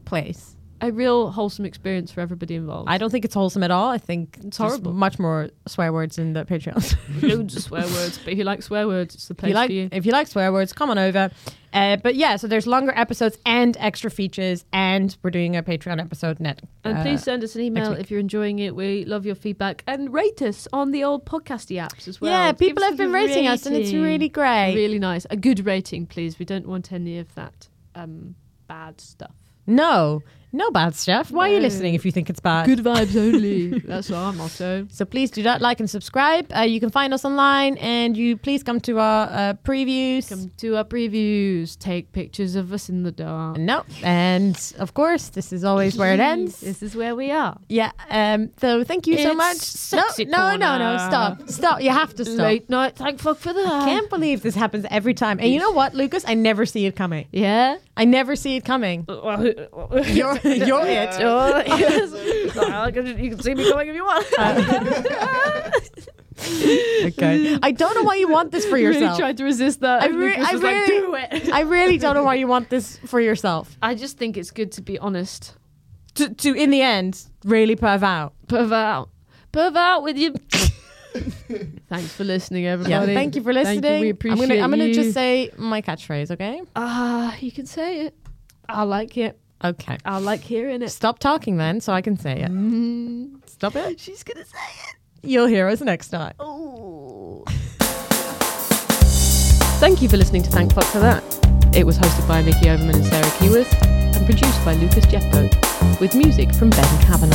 [SPEAKER 3] place.
[SPEAKER 1] A real wholesome experience for everybody involved.
[SPEAKER 3] I don't think it's wholesome at all. I think it's
[SPEAKER 1] horrible.
[SPEAKER 3] Much more swear words in
[SPEAKER 1] [laughs]
[SPEAKER 3] the Patreon.
[SPEAKER 1] loads of swear words, but if you like swear words, it's the
[SPEAKER 3] if
[SPEAKER 1] place
[SPEAKER 3] you like
[SPEAKER 1] for you.
[SPEAKER 3] if you like swear words, come on over. Uh, but yeah, so there's longer episodes and extra features, and we're doing a Patreon episode net.
[SPEAKER 1] And
[SPEAKER 3] uh,
[SPEAKER 1] Oh, please send us an email
[SPEAKER 3] week.
[SPEAKER 1] if you're enjoying it. We love your feedback and rate us on the old podcasty apps as well.
[SPEAKER 3] yeah,
[SPEAKER 1] Give
[SPEAKER 3] people
[SPEAKER 1] us
[SPEAKER 3] have
[SPEAKER 1] a
[SPEAKER 3] been rating us, and it's
[SPEAKER 1] rating.
[SPEAKER 3] really great.
[SPEAKER 1] really nice. A good rating, please. We don't want any of that um, bad stuff.
[SPEAKER 3] No, no bad stuff. Why are you
[SPEAKER 1] No.
[SPEAKER 3] listening if you think it's bad?
[SPEAKER 1] Good vibes [laughs] only. That's our motto.
[SPEAKER 3] So please do that, like and subscribe. Uh, you can find us online, and you please come to our uh, previews.
[SPEAKER 1] Come do our previews. Take pictures of us in the dark.
[SPEAKER 3] No, and of course, this is always where it ends.
[SPEAKER 1] This is where we are.
[SPEAKER 3] Yeah. Um. So thank you so
[SPEAKER 1] It's
[SPEAKER 3] much.
[SPEAKER 1] sexy
[SPEAKER 3] no, no, no, no.
[SPEAKER 1] corner.
[SPEAKER 3] Stop. Stop. You have to stop.
[SPEAKER 1] Late night. Thank fuck for that.
[SPEAKER 3] Can't believe this happens every time. And you know what, Lucas? I never see it coming.
[SPEAKER 1] Yeah.
[SPEAKER 3] I never see
[SPEAKER 1] [laughs]
[SPEAKER 3] it coming. You're, you're it.
[SPEAKER 1] [laughs] you can see me going if Oh, [laughs] you want.
[SPEAKER 3] [laughs] Okay. I don't know why you want this for
[SPEAKER 1] You really
[SPEAKER 3] yourself.
[SPEAKER 1] tried to resist that.
[SPEAKER 3] I,
[SPEAKER 1] and
[SPEAKER 3] re-
[SPEAKER 1] Lucas
[SPEAKER 3] I
[SPEAKER 1] was like,
[SPEAKER 3] really,
[SPEAKER 1] do it.
[SPEAKER 3] I really don't know why you want this for yourself.
[SPEAKER 1] I just think it's good to be honest.
[SPEAKER 3] To, to in the end, really perv out.
[SPEAKER 1] Perv out. Perv out with you. Thanks for listening,
[SPEAKER 3] Yeah.
[SPEAKER 1] everybody.
[SPEAKER 3] Thank you for
[SPEAKER 1] Thank you,
[SPEAKER 3] listening.
[SPEAKER 1] we
[SPEAKER 3] I'm gonna,
[SPEAKER 1] appreciate
[SPEAKER 3] I'm gonna
[SPEAKER 1] you.
[SPEAKER 3] just say my catchphrase. Okay.
[SPEAKER 1] Ah, you can say it. I like it.
[SPEAKER 3] Okay.
[SPEAKER 1] I like hearing it.
[SPEAKER 3] Stop talking then, so I can say it. Stop it.
[SPEAKER 1] Mm-hmm. She's gonna say it.
[SPEAKER 3] You'll hear us next time.
[SPEAKER 1] Ooh. Thank you for listening to Thank Fuck for That. It was hosted by Mickey Overman and Sarah Keyworth and produced by Lucas Jeffcoat, with music from Ben Kavanaugh.